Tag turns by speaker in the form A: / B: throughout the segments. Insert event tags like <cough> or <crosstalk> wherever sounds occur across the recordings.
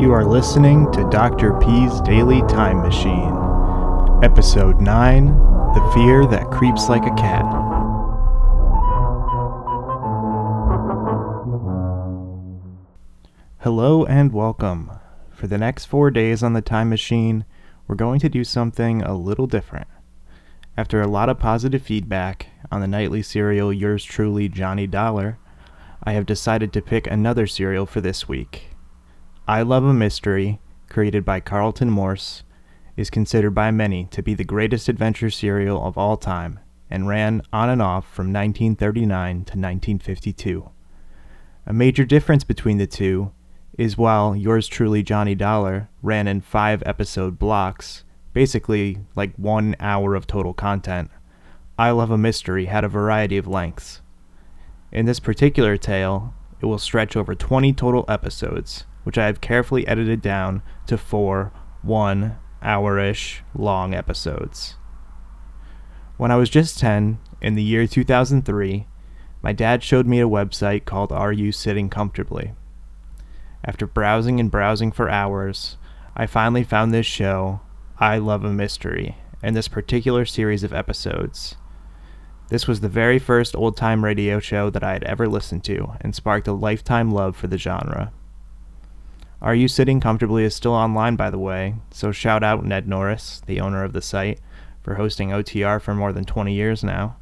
A: You are listening to Dr. P's Daily Time Machine, Episode 9 The Fear That Creeps Like a Cat. Hello and welcome. For the next four days on the Time Machine, we're going to do something a little different. After a lot of positive feedback on the nightly serial Yours Truly Johnny Dollar, I have decided to pick another serial for this week. I Love a Mystery, created by Carlton Morse, is considered by many to be the greatest adventure serial of all time and ran on and off from 1939 to 1952. A major difference between the two is while yours truly, Johnny Dollar, ran in five episode blocks, basically like one hour of total content, I Love a Mystery had a variety of lengths. In this particular tale, it will stretch over 20 total episodes, which I have carefully edited down to four one hour ish long episodes. When I was just 10, in the year 2003, my dad showed me a website called Are You Sitting Comfortably? After browsing and browsing for hours, I finally found this show, I Love a Mystery, and this particular series of episodes. This was the very first old time radio show that I had ever listened to and sparked a lifetime love for the genre. Are You Sitting Comfortably is still online, by the way, so shout out Ned Norris, the owner of the site, for hosting OTR for more than 20 years now.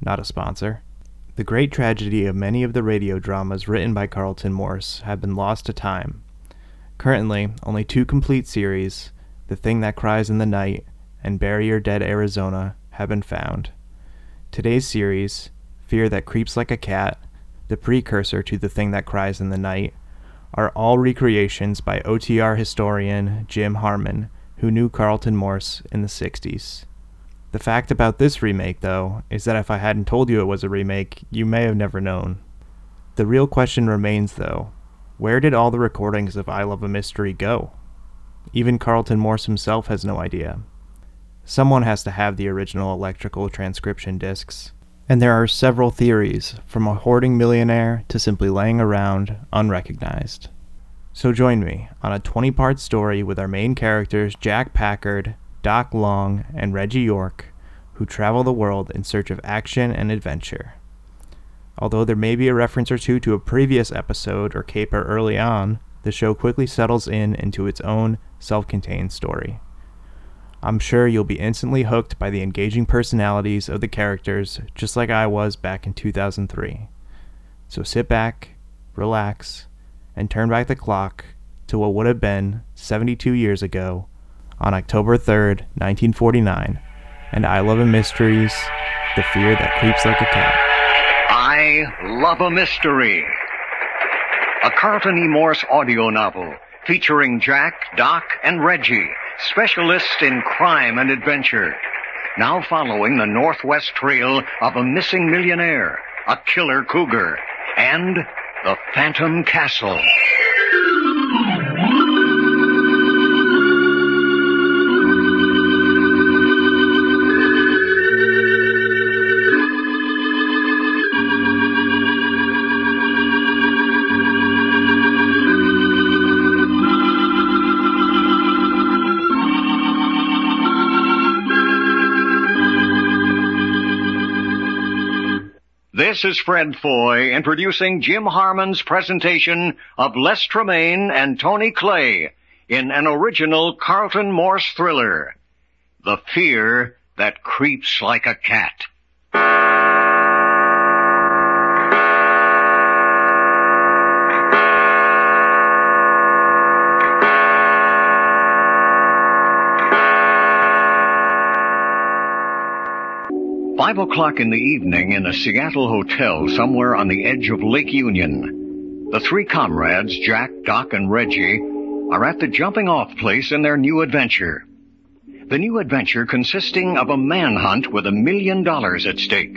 A: Not a sponsor. The great tragedy of many of the radio dramas written by Carlton Morse have been lost to time. Currently, only two complete series, The Thing That Cries in the Night and Bury Your Dead Arizona, have been found. Today's series, Fear That Creeps Like a Cat, the precursor to The Thing That Cries in the Night, are all recreations by OTR historian Jim Harmon, who knew Carlton Morse in the 60s. The fact about this remake, though, is that if I hadn't told you it was a remake, you may have never known. The real question remains, though where did all the recordings of I Love a Mystery go? Even Carlton Morse himself has no idea. Someone has to have the original electrical transcription discs. And there are several theories, from a hoarding millionaire to simply laying around unrecognized. So join me on a 20 part story with our main characters Jack Packard, Doc Long, and Reggie York, who travel the world in search of action and adventure. Although there may be a reference or two to a previous episode or caper early on, the show quickly settles in into its own self contained story. I'm sure you'll be instantly hooked by the engaging personalities of the characters, just like I was back in 2003. So sit back, relax, and turn back the clock to what would have been 72 years ago on October 3rd, 1949, and I Love and Mysteries, The Fear That Creeps Like a Cat.
B: I Love a Mystery. A Carlton E. Morse audio novel featuring Jack, Doc, and Reggie, specialists in crime and adventure. Now following the Northwest Trail of a missing millionaire, a killer cougar, and the Phantom Castle. This is Fred Foy introducing Jim Harmon's presentation of Les Tremaine and Tony Clay in an original Carlton Morse thriller, The Fear That Creeps Like a Cat. Five o'clock in the evening in a Seattle hotel somewhere on the edge of Lake Union. The three comrades, Jack, Doc, and Reggie, are at the jumping off place in their new adventure. The new adventure consisting of a manhunt with a million dollars at stake.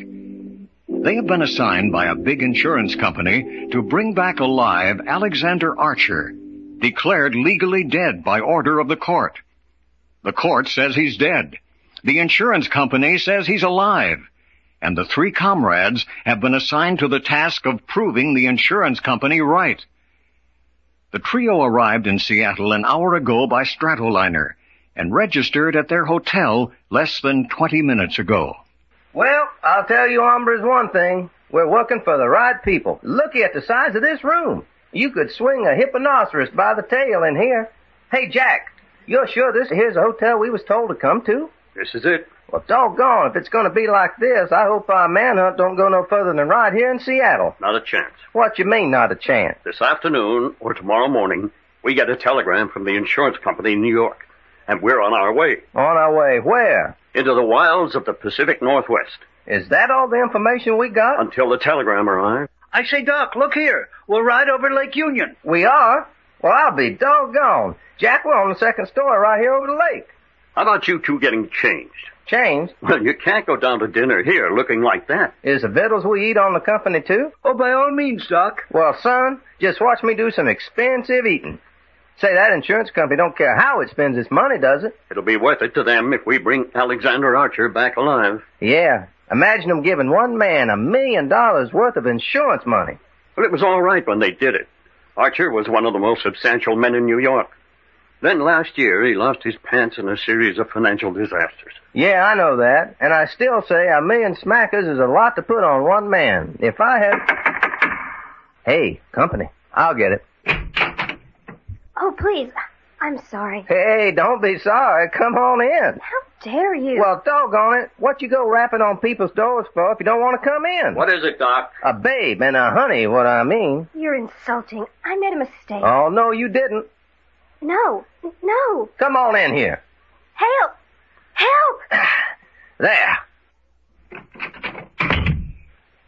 B: They have been assigned by a big insurance company to bring back alive Alexander Archer, declared legally dead by order of the court. The court says he's dead. The insurance company says he's alive. And the three comrades have been assigned to the task of proving the insurance company right. The trio arrived in Seattle an hour ago by Stratoliner and registered at their hotel less than 20 minutes ago.
C: Well, I'll tell you, hombres, one thing. We're working for the right people. Looky at the size of this room. You could swing a hipponoceros by the tail in here. Hey, Jack, you're sure this here's a hotel we was told to come to?
D: This is it.
C: Well, doggone, if it's going to be like this, I hope our manhunt don't go no further than right here in Seattle.
D: Not a chance.
C: What you mean, not a chance?
D: This afternoon or tomorrow morning, we get a telegram from the insurance company in New York, and we're on our way
C: On our way where?
D: into the wilds of the Pacific Northwest
C: Is that all the information we got?
D: until the telegram arrives.
E: I say, Doc, look here. We'll ride over Lake Union.
C: We are? Well, I'll be doggone. Jack, we're on the second story right here over the lake.
D: How about you two getting changed? <laughs>
C: Changed?
D: Well, you can't go down to dinner here looking like that.
C: Is the victuals we eat on the company too?
E: Oh, by all means, Doc.
C: Well, son, just watch me do some expensive eating. Say, that insurance company don't care how it spends its money, does it?
D: It'll be worth it to them if we bring Alexander Archer back alive.
C: Yeah. Imagine them giving one man a million dollars worth of insurance money.
D: Well, it was all right when they did it. Archer was one of the most substantial men in New York. Then last year, he lost his pants in a series of financial disasters.
C: Yeah, I know that. And I still say a million smackers is a lot to put on one man. If I had... Hey, company. I'll get it.
F: Oh, please. I'm sorry.
C: Hey, don't be sorry. Come on in.
F: How dare you?
C: Well, doggone it. What you go rapping on people's doors for if you don't want to come in?
D: What is it,
G: <laughs>
D: Doc?
C: A babe and a honey, what I mean.
F: You're insulting. I made a mistake.
C: Oh, no, you didn't.
F: No. N- No.
C: Come on in here.
F: Help. Help. <sighs>
C: There.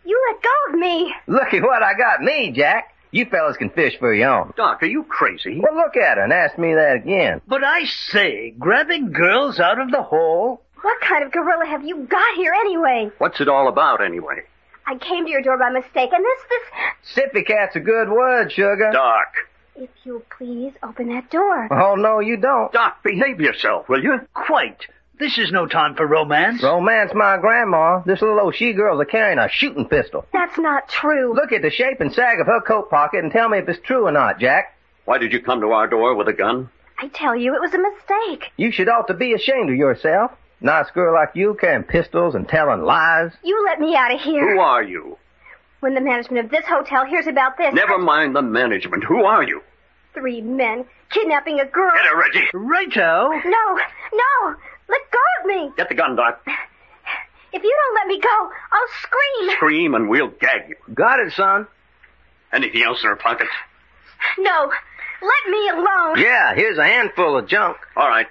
F: You let go of me.
C: Look at what I got me, Jack. You fellas can fish for your own.
D: Doc, are you crazy?
C: Well, look at her and ask me that again.
E: But I say, grabbing girls out of the hole.
F: What kind of gorilla have you got here anyway?
D: What's it all about, anyway?
F: I came to your door by mistake, and this, this.
C: Sippy cat's a good word, sugar.
D: Doc.
F: If you'll please open that door.
D: Uh-huh.
C: Oh, no, you don't.
D: Doc, behave yourself, will you?
E: Quite. This is no time for romance.
C: Romance my grandma. This little old she-girl's a carrying a shooting pistol.
F: That's not true.
C: Look at the shape and sag of her coat pocket and tell me if it's true or not, Jack.
D: Why did you come to our door with a gun?
F: I tell you, it was a mistake.
C: You should ought to be ashamed of yourself. Nice girl like you carrying pistols and telling lies.
F: You let me out of here.
D: Who are you?
F: When the management of this hotel hears about this,
D: Never mind the management. Who are you?
F: three men kidnapping a girl.
D: Get her, Reggie.
E: Righto.
F: No, no. Let go of me.
D: Get the gun, Doc.
F: If you don't let me go, I'll scream.
D: Scream and we'll gag you.
C: Got it, son.
D: Anything else in her pocket?
F: No, let me alone.
C: Yeah, Ah, here's a handful of junk.
D: All right.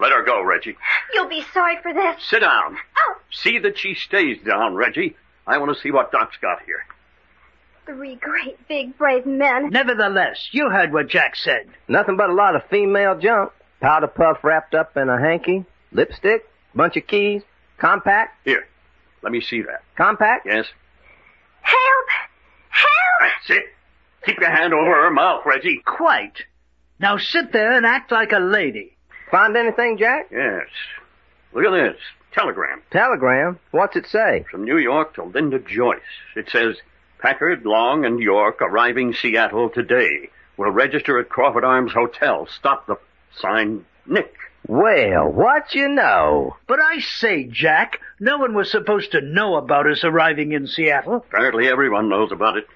D: Let her go, Reggie.
F: You'll be sorry for this.
D: Sit down.
F: Oh,
D: See that she stays down, Reggie. I want to see what Doc's got here.
F: three great big brave men.
E: Nevertheless, you heard what Jack said.
C: Nothing but a lot of female junk. Powder puff wrapped up in a hanky, lipstick, bunch of keys, compact,
D: Here. Let me see that.
C: compact.
D: Yes.
F: Help! Help!
D: That's it. Keep your hand over her mouth, Reggie.
E: Quite. Now sit there and act like a lady.
C: Find anything, Jack?
D: Yes. Look at this. Telegram.
C: Telegram. What's it say?
D: From New York to Linda Joyce. It says, Packard, Long, and York arriving Seattle today. Will register at Crawford Arms Hotel. Stop the sign, Nick.
C: Well, what you know?
E: But I say, Jack, no one was supposed to know about us arriving in Seattle.
D: Apparently everyone knows about it.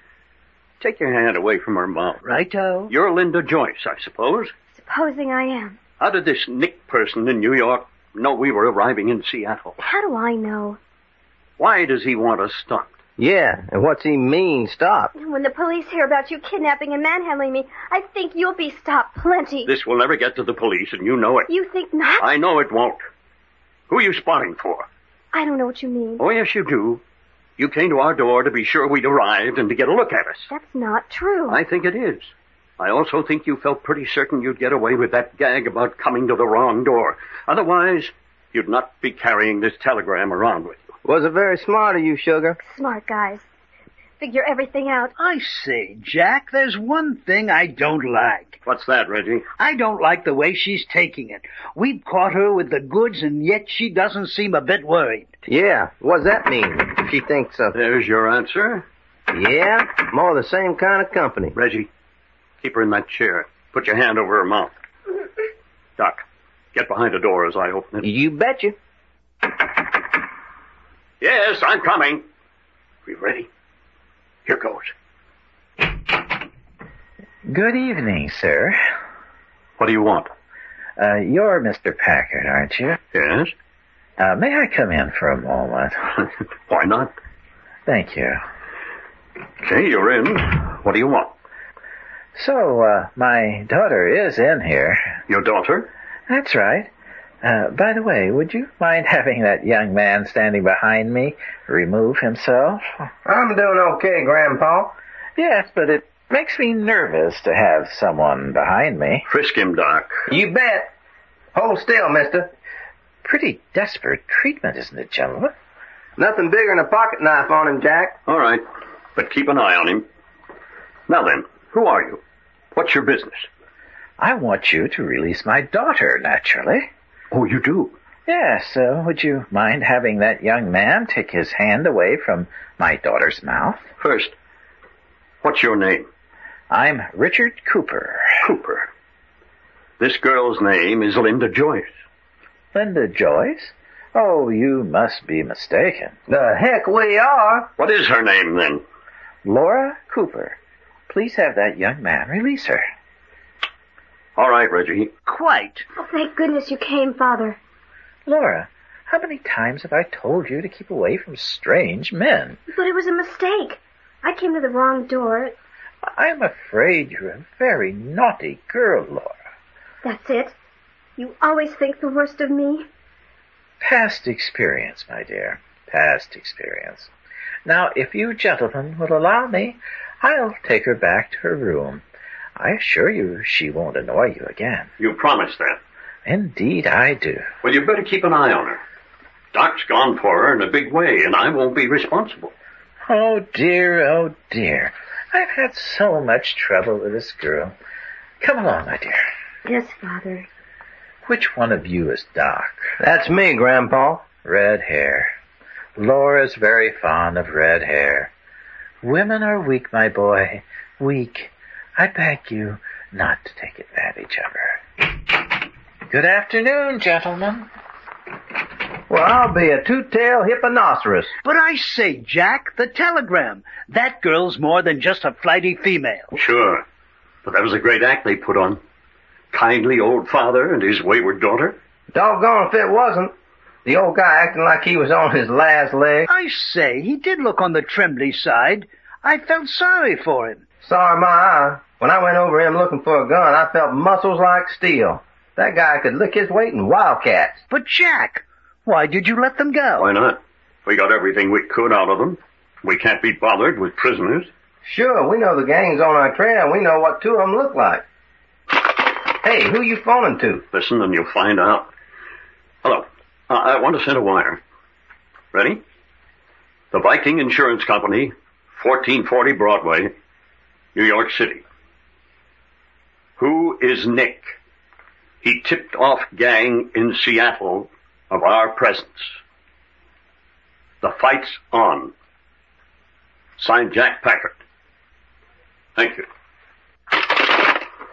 D: Take your hand away from her mouth.
F: Oh.
E: Righto.
D: You're Linda Joyce, I suppose.
F: Supposing I am.
D: How did this Nick person in New York know we were arriving in Seattle?
F: How do I know?
D: Why does he want us stopped?
C: Yeah, and what's he mean? Stop.
F: When the police hear about you kidnapping and manhandling me, I think you'll be stopped plenty.
D: This will never get to the police, and you know it.
F: You think not?
D: I know it won't. Who are you spotting for?
F: I don't know what you mean.
D: Oh, yes, you do. You came to our door to be sure we'd arrived and to get a look at us.
F: That's not true.
D: I think it is. I also think you felt pretty certain you'd get away with that gag about coming to the wrong door. Otherwise, you'd not be carrying this telegram around with you.
C: Was it very smart of you, sugar?
F: Smart guys. Figure everything out.
E: I say, Jack, there's one thing I don't like.
D: What's that, Reggie?
E: I don't like the way she's taking it. We've caught her with the goods, and yet she doesn't seem a bit worried.
C: Yeah. What's that mean? She thinks of.
D: There's your answer.
C: Yeah, more the same kind of company.
D: Reggie, Keep her in that chair. Put your hand over her mouth. Doc, get behind the door as I open it.
E: You betcha.
D: Yes, I'm coming. We ready? Here goes.
H: Good evening, sir.
D: What do you want?
H: Uh, you're Mr. Packard, aren't you?
D: Yes?
H: Uh, may I come in for a moment?
D: <laughs> Why not?
H: Thank you.
D: Okay, you're in. What do you want?
H: So, uh, my daughter is in here.
D: Your daughter?
H: That's right. Uh, by the way, would you mind <laughs> having that young man standing behind me remove himself?
C: I'm doing okay, Grandpa.
H: Yes, but it makes me nervous to have someone behind me.
D: Frisk him, Doc.
C: You bet. Hold still, mister.
H: Pretty desperate treatment, isn't it, gentlemen?
C: Nothing bigger than a pocket knife on him, Jack.
D: All right, but keep an eye on him. Now then, who are you? What's your business?
H: I want you to release my daughter, naturally.
D: Oh, you do?
H: Yes, uh, would you mind having that young man take his hand away from my daughter's mouth?
D: First, what's your name?
H: I'm Richard Cooper.
D: Cooper. This girl's name is Linda Joyce.
H: Linda Joyce? Oh, you must be mistaken.
C: The heck we are.
D: What is her name then?
H: Laura Cooper. Please have that young man release her.
D: All right, Reggie.
E: Quite.
F: Oh, thank goodness you came, Father.
H: Laura, how many times have I told you to keep away from strange men?
F: But it was a mistake. I came to the wrong door.
H: I'm afraid you're a very naughty girl, Laura.
F: That's it. You always think the worst of me.
H: Past experience, my dear. Past experience. Now, if you gentlemen will allow me, I'll take her back to her room. I assure you she won't annoy you again.
D: You promised that.
H: Indeed, I do.
D: Well, you better keep an eye on her. Doc's gone for her in a big way, and I won't be responsible.
H: Oh dear, oh dear. I've had so much trouble with this girl. Come along, my dear.
F: Yes, Father.
H: Which one of you is Doc?
C: That's me, Grandpa.
H: Red hair. Laura's very fond of red hair. Women are weak, my boy. Weak. I beg you not to take advantage of her. Good afternoon, gentlemen.
C: Well, I'll be a two-tailed hipponoceros.
E: But I say, Jack, the telegram. That girl's more than just a flighty female.
D: Sure. But that was a great act they put on. Kindly old father and his wayward daughter.
C: Doggone if it wasn't. The old guy acting like he was on his last leg.
E: I say, he did look on the trembly side. I felt sorry for him.
C: Sorry, my eye. When I went over him looking for a gun, I felt muscles like steel. That guy could lick his weight in wildcats.
E: But Jack, why did you let them go?
D: Why not? We got everything we could out of them. We can't be bothered with prisoners.
C: Sure, we know the gang's on our trail. We know what two of 'em look like. Hey, who you phoning to?
D: Listen and you'll find out. Hello. I, I want to send a wire. Ready? The Viking Insurance Company, 1440 Broadway, New York City. Who is Nick? He tipped off gang in Seattle of our presence. The fight's on. Signed Jack Packard. Thank you.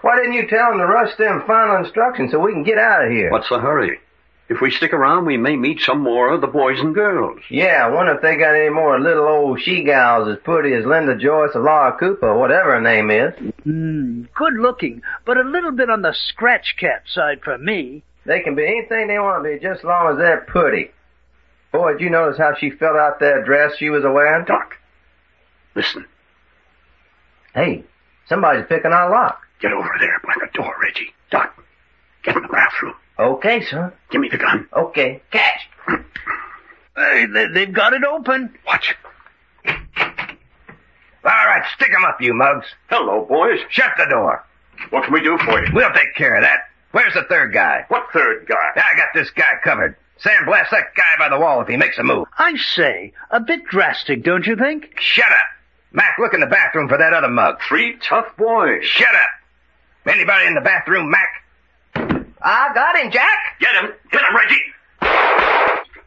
C: Why didn't you tell him to rush them final instructions so we can get out of here?
D: What's the hurry? If we stick around, we may meet some more of the boys and girls.
C: Yeah, I wonder if they got any more little old she-gals as pretty as Linda Joyce or Laura Cooper, whatever her name is.
E: Hmm, good looking, but a little bit on the scratch cat side for me.
C: They can be anything they want to be just as long as they're pretty. Boy, did you notice how she felt out that dress she was wearing?
D: Doc, listen.
C: Hey, somebody's picking our lock.
D: Get over there by the door, Reggie. Doc, get in the bathroom.
C: Okay, sir.
D: Give me the gun.
C: Okay. <clears throat> Catch.
E: Hey, they, they've got it open.
D: Watch.
C: All right, stick 'em up, you mugs.
D: Hello, boys.
C: Shut the door.
D: What can we do for you?
C: We'll take care of that. Where's the third guy?
D: What third guy?
C: I got this guy covered. Sam, blast that guy by the wall Oh, if he makes a move.
E: I say, a bit drastic, don't you think?
C: Shut up. Mac, look in the bathroom for that other mug.
D: Three tough boys.
C: Shut up. Anybody in the bathroom, Mac? I got him, Jack.
D: Get him. Get him, Reggie.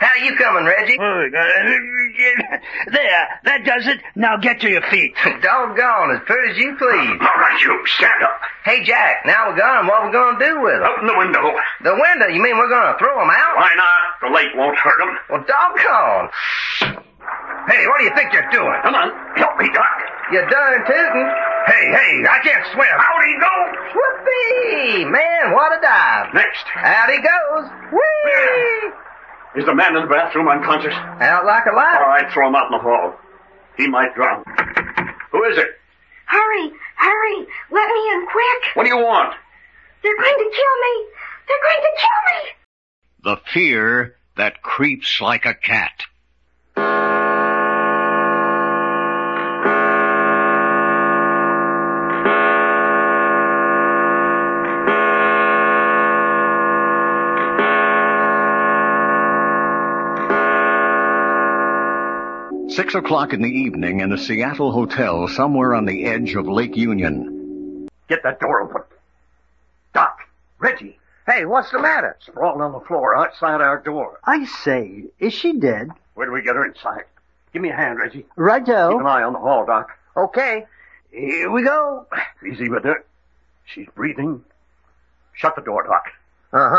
C: How you coming, Reggie?
E: Oh, There, that does it. Now get to your feet.
C: Doggone, as pert as you please.
D: All right, you, stand up.
C: Hey, Jack, now we're gone. What we gonna do with 'em?
D: Open the window.
C: The window, you mean we're gonna throw 'em out?
D: Why not? The lake won't hurt him.
C: Well, doggone. Hey, what do you think you're doing?
D: Come on, help me, Doc.
C: You're done tooting.
D: Hey, hey,
C: I can't swim.
D: out he goes.
C: Whoopee! Man, what a dive.
D: Next.
C: Out he goes. Whee!
D: Is the man in the bathroom unconscious?
C: Out like a
D: All
C: light.
D: right, throw him out in the hall. He might drown. Who is it?
F: Hurry, hurry. Let me in quick.
D: What do you want?
F: They're going to kill me. They're going to kill me.
B: The fear that creeps like a cat. Six o'clock in the evening in a Seattle hotel somewhere on the edge of Lake Union.
D: Get that door open. Doc, Reggie,
E: Hey, what's the matter?
D: sprawled on the floor outside our door.
E: I say, is she dead?
D: Where do we get her inside? Give me a hand, Reggie. Keep an
E: Righto.
D: eye on the hall, Doc.
E: Okay. Here we go.
D: Easy with her. She's breathing. Shut the door, Doc.
C: Uh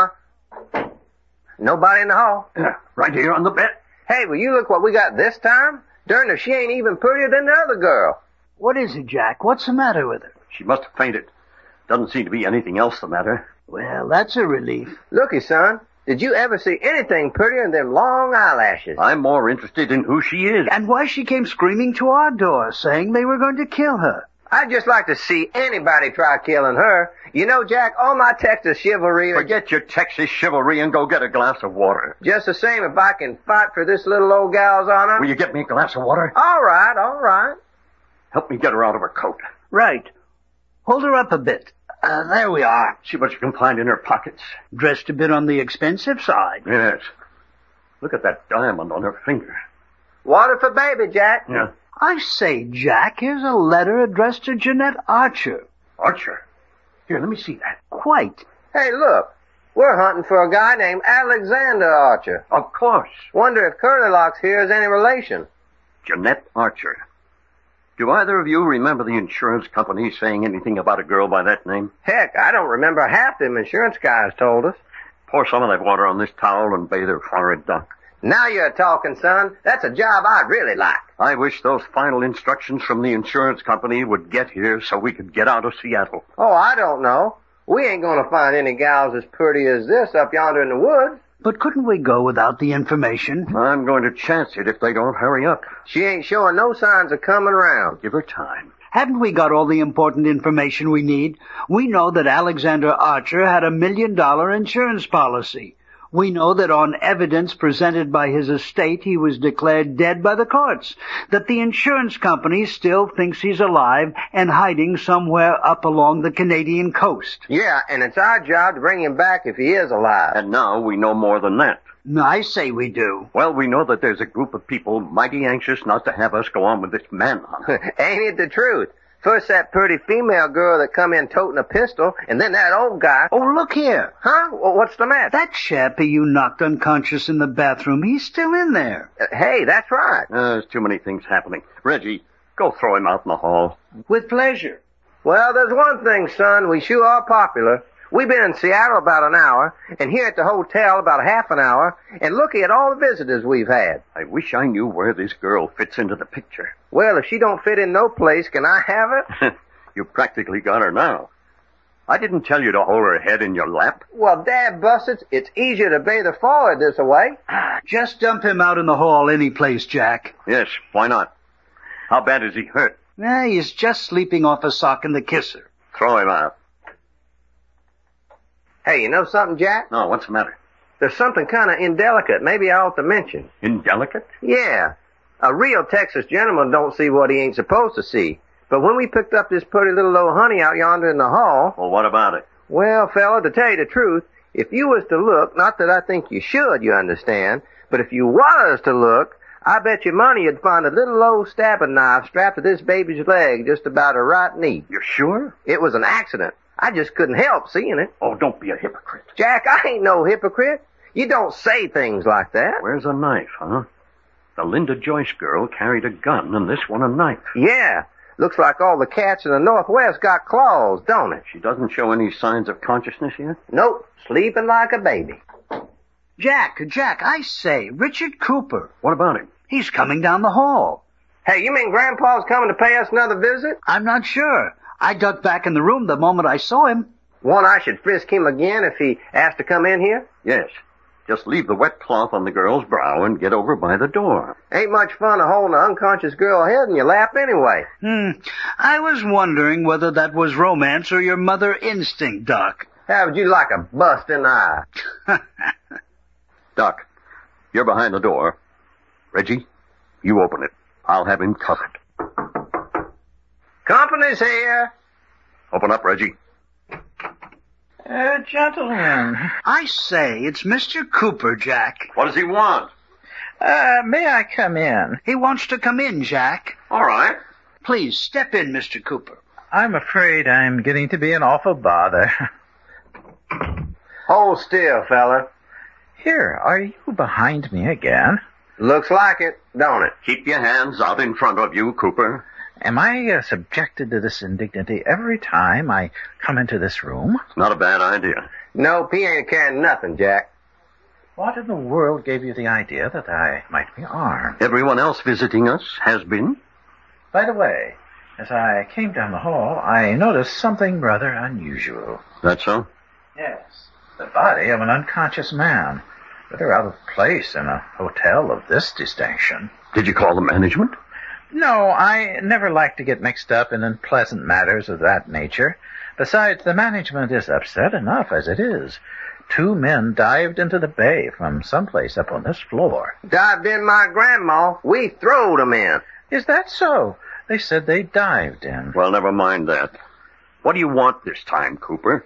C: huh. Nobody in the hall.
D: Yeah, right here on the bed.
C: Hey, will you look what we got this time? Darn if she ain't even prettier than the other girl.
E: What is it, Jack? What's the matter with her?
D: She must have fainted. Doesn't seem to be anything else the matter.
E: Well, that's a relief.
C: Looky, son. Did you ever see anything prettier than them long eyelashes?
D: I'm more interested in who she is.
E: And why she came screaming to our door, saying they were going to kill her.
C: I'd just like to see anybody try killing her. You know, Jack, all my Texas chivalry.
D: Forget your Texas chivalry and go get a glass of water.
C: Just the same if I can fight for this little old gal's honor.
D: Will you get me a glass of water?
C: All right, all right.
D: Help me get her out of her coat.
E: Right. Hold her up a bit. Uh, there we are.
D: See what you can find in her pockets.
E: Dressed a bit on the expensive side.
D: Yes. Look at that diamond on her finger.
C: Water for baby, Jack.
D: Yeah.
E: I say, Jack, here's a letter addressed to Jeanette Archer.
D: Archer. Here, let me see that.
E: Quite.
C: Hey, look. We're hunting for a guy named Alexander Archer.
D: Of course.
C: Wonder if Curly Locks here is any relation.
D: Jeanette Archer. Do either of you remember the insurance company saying anything about a girl by that name?
C: Heck, I don't remember half them insurance guys told us.
D: Pour some of that water on this towel and bathe her forehead, Doc.
C: Now you're talking, son. That's a job I'd really like.
D: I wish those final instructions from the insurance company would get here so we could get out of Seattle.
C: Oh, I don't know. We ain't gonna find any gals as pretty as this up yonder in the woods.
E: But couldn't we go without the information?
D: I'm going to chance it if they don't hurry up.
C: She ain't showing no signs of coming round.
D: Give her time.
E: Haven't we got all the important information we need? We know that Alexander Archer had a million dollar insurance policy. We know that on evidence presented by his estate, he was declared dead by the courts. That the insurance company still thinks he's alive and hiding somewhere up along the Canadian coast.
C: Yeah, and it's our job to bring him back if he is alive.
D: And now we know more than that.
E: No, I say we do.
D: Well, we know that there's a group of people mighty anxious not to have us go on with this manhunt.
C: <laughs> ain't it the truth? First that pretty female girl that come in toting a pistol, and then that old guy.
E: Oh, look here.
C: Huh? Wh- What's the matter?
E: That chappie you knocked unconscious in the bathroom, he's still in there.
C: Uh, hey, that's right.
D: Uh, there's too many things happening. Reggie, go throw him out in the hall. <laughs>
E: With pleasure.
C: Well, there's one thing, son. We sure are popular. We've been in Seattle about an hour, and here at the hotel about half an hour, and looky at all the visitors we've had.
D: I wish I knew where this girl fits into the picture.
C: Well, if she don't fit in no place, can I have her?
D: you practically got her now. I didn't tell you to hold her head in your lap.
C: Well, dad busts, it's easier to bathe her forward this way.
E: Just dump him out in the hall any place, Jack.
D: Yes, why not? How bad is he hurt?
E: Eh, he's just sleeping off a sock in the kisser.
D: Throw him out.
C: Hey, you know something, Jack?
D: No, what's the matter?
C: There's something kind of indelicate. Maybe I ought to mention.
D: Indelicate?
C: Yeah. A real Texas gentleman don't see what he ain't supposed to see. But when we picked up this pretty little old honey out yonder in the hall,
D: Well, what about it?
C: well, fella, to tell you the truth, if you was to look, not that I think you should, you understand, but if you was to look, I bet you money you'd find a little old stabbing knife strapped to this baby's leg just about her right knee.
D: You're sure?
C: It was an accident. I just couldn't help seeing it.
D: Oh, don't be a hypocrite.
C: Jack, I ain't no hypocrite. You don't say things like that.
D: Where's a knife, huh? The Linda Joyce girl carried a gun and this one a knife.
C: Yeah. Looks like all the cats in the Northwest got claws, don't it?
D: She doesn't show any signs of consciousness yet?
C: Nope. Sleeping like a baby.
E: Jack, Jack, I say, Richard Cooper.
D: What about him?
E: He's coming down the hall.
C: Hey, you mean Grandpa's coming to pay us another visit?
E: I'm not sure. I ducked back in the room the moment I saw him.
C: One, I should frisk him again if he asked to come in here?
D: Yes. Just leave the wet cloth on the girl's brow and get over by the door.
C: Ain't much fun to hold an unconscious girl head in your lap anyway.
E: Hmm. I was wondering whether that was romance or your mother instinct, Doc.
C: How would you like a bust in the eye?
D: <laughs> Doc, you're behind the door. Reggie, you open it. I'll have him covered.
C: Company's here.
D: Open up, Reggie.
H: Uh, gentlemen,
E: I say, it's Mr. Cooper, Jack.
D: What does he want?
H: uh, may I come in?
E: He wants to come in, Jack.
D: All right.
E: Please step in, Mr. Cooper.
H: I'm afraid I'm getting to be an awful bother. <laughs>
C: Hold still, fella.
H: Here, are you behind me again?
C: Looks like it, don't it?
D: Keep your hands out in front of you, Cooper.
H: Am I uh, subjected to this indignity every time I come into this room?
D: It's not a bad idea.
C: Nope, he ain't carrying nothing, Jack.
H: What in the world gave you the idea that I might be armed?
D: Everyone else visiting us has been.
H: By the way, as I came down the hall, I noticed something rather unusual.
D: That so?
H: Yes. The body of an unconscious man. Rather out of place in a hotel of this distinction.
D: Did you call the management?
H: No, I never like to get mixed up in unpleasant matters of that nature. Besides, the management is upset enough as it is. Two men dived into the bay from someplace up on this floor.
C: Dived in my grandma. We throwed him in.
H: Is that so? They said they dived in.
D: Well, never mind that. What do you want this time, Cooper?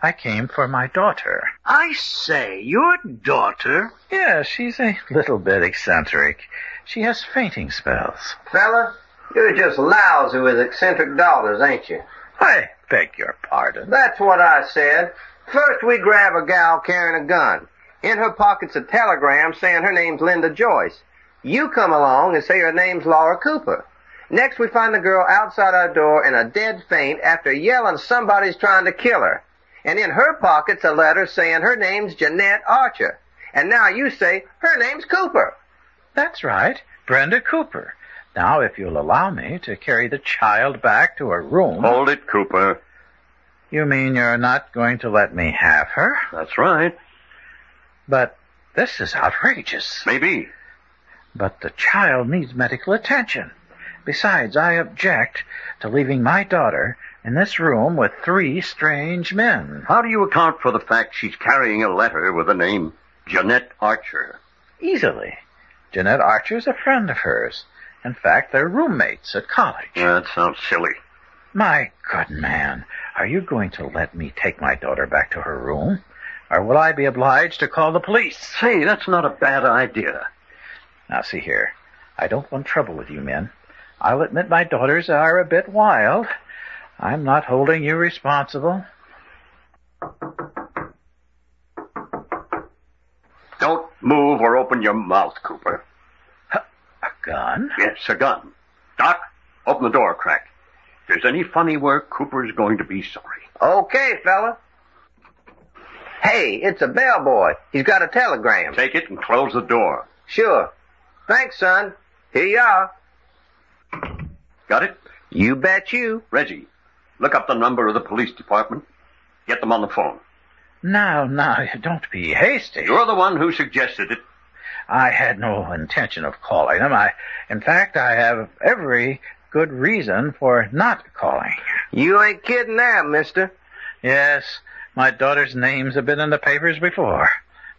H: I came for my daughter.
E: I say, your daughter.
H: Yeah, she's a little bit eccentric. She has fainting spells.
C: Fella, you're just lousy with eccentric daughters, ain't you?
H: I beg your pardon.
C: That's what I said. First we grab a gal carrying a gun. In her pocket's a telegram saying her name's Linda Joyce. You come along and say her name's Laura Cooper. Next we find the girl outside our door in a dead faint after yelling somebody's trying to kill her. And in her pocket's a letter saying her name's Jeanette Archer. And now you say her name's Cooper.
H: That's right, Brenda Cooper. Now, if you'll allow me to carry the child back to her room.
D: Hold it, Cooper.
H: You mean you're not going to let me have her?
D: That's right.
H: But this is outrageous.
D: Maybe.
H: But the child needs medical attention. Besides, I object to leaving my daughter in this room with three strange
C: Hmm.
H: men.
D: How do you account for the fact she's carrying a letter with the name Jeanette Archer?
H: Easily. Jeanette Archer's a friend of hers. In fact, they're roommates at college.
D: Yeah, that sounds silly.
H: My good man, are you going to let me take my daughter back to her room? Or will I be obliged to call the police?
D: Say, that's not a bad idea.
H: Now, see here. I don't want trouble with you men. I'll admit my daughters are a bit wild. I'm not holding you responsible.
D: Don't move or open your mouth, Cooper.
H: A gun?
D: Yes, a gun. Doc, open the door crack. If there's any funny work, Cooper's going to be sorry.
C: Okay, fella. Hey, it's a bellboy. He's got a telegram.
D: Take it and close the door.
C: Sure. Thanks, son. Here you are.
D: Got it?
C: You bet you.
D: Reggie, look up the number of the police department. Get them on the phone.
H: Now, now, <laughs> don't be hasty.
D: You're the one who suggested it.
H: I had no intention of calling them. I, in fact, I have every good reason for not calling.
C: You ain't kidding there, mister.
H: Yes, my daughter's names have been in the papers before.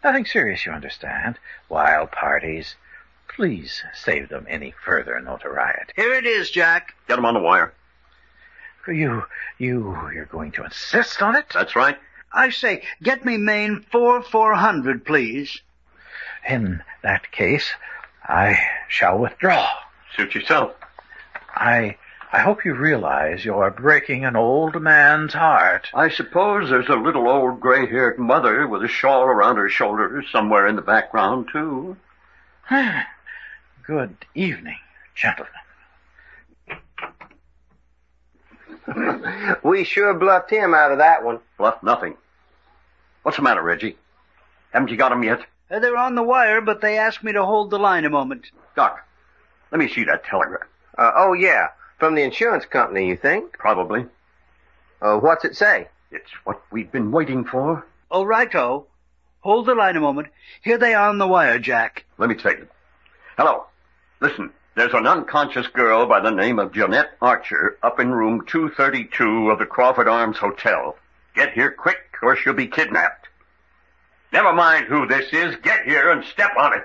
H: Nothing serious, you understand. Wild parties. Please save them any further notoriety.
E: Here it is, Jack.
D: Get them on the wire.
H: You, you, you're going to insist on it?
D: That's right.
E: I say, get me main four four hundred, please.
H: In that case, I shall withdraw.
D: Suit yourself.
H: I I hope you realize you're breaking an old man's heart.
D: I suppose there's a little old gray-haired mother with a shawl around her shoulders somewhere in the background, too.
H: <sighs> Good evening, gentlemen.
C: <laughs> We sure bluffed him out of that one.
D: Bluff nothing. What's the matter, Reggie? Haven't you got him yet?
E: Uh, They're on the wire, but they asked me to hold the line a moment.
D: Doc, let me see that telegram.
C: Uh, oh, yeah. From the insurance company, you think?
D: Probably.
C: Uh, what's it say?
D: It's what we've been waiting for.
E: All Oh, righto. Hold the line a moment. Here they are on the wire, Jack.
D: Let me take it. Hello. Listen, there's an unconscious girl by the name of Jeanette Archer up in room 232 of the Crawford Arms Hotel. Get here quick or she'll be kidnapped. Never mind who this is. Get here and step on it.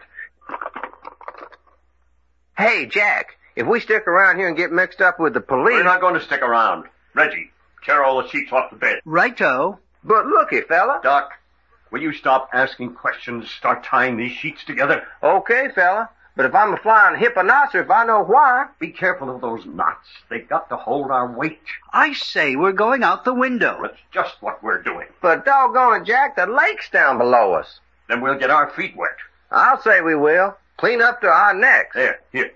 C: Hey, Jack, if we stick around here and get mixed up with the police.
D: We're not going to stick around. Reggie, tear all the sheets off the bed.
E: Righto.
C: But looky, fella.
D: Doc, will you stop asking questions, start tying these sheets together?
C: Okay, fella. But if I'm a flying hipponocer, if I know why.
D: Be careful of those knots. They've got to hold our weight.
E: I say we're going out the window.
D: That's just what we're doing.
C: But doggone it, Jack, the lake's down below us.
D: Then we'll get our feet wet.
C: I'll say we will. Clean up to our necks.
D: There, here.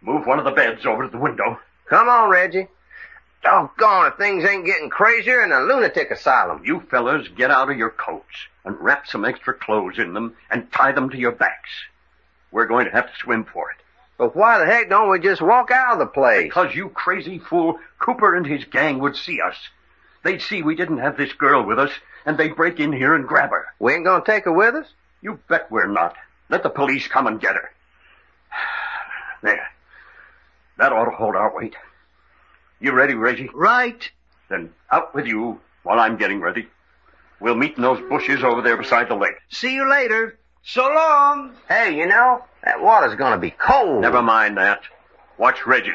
D: Move one of the beds over to the window.
C: Come on, Reggie. Doggone if things ain't getting crazier in a lunatic asylum.
D: You fellas get out of your coats and wrap some extra clothes in them and tie them to your backs. We're going to have to swim for it.
C: But why the heck don't we just walk out of the place?
D: Because you crazy fool, Cooper and his gang would see us. They'd see we didn't have this girl with us, and they'd break in here and grab her.
C: we ain't gonna take her with us?
D: You bet we're not. Let the police come and get her. <sighs> There. That ought to hold our weight. You ready, Reggie?
E: Right.
D: Then out with you while I'm getting ready. We'll meet in those bushes over there beside the lake.
E: See you later. So long.
C: Hey, you know, that water's gonna be cold.
D: Never mind that. Watch Reggie.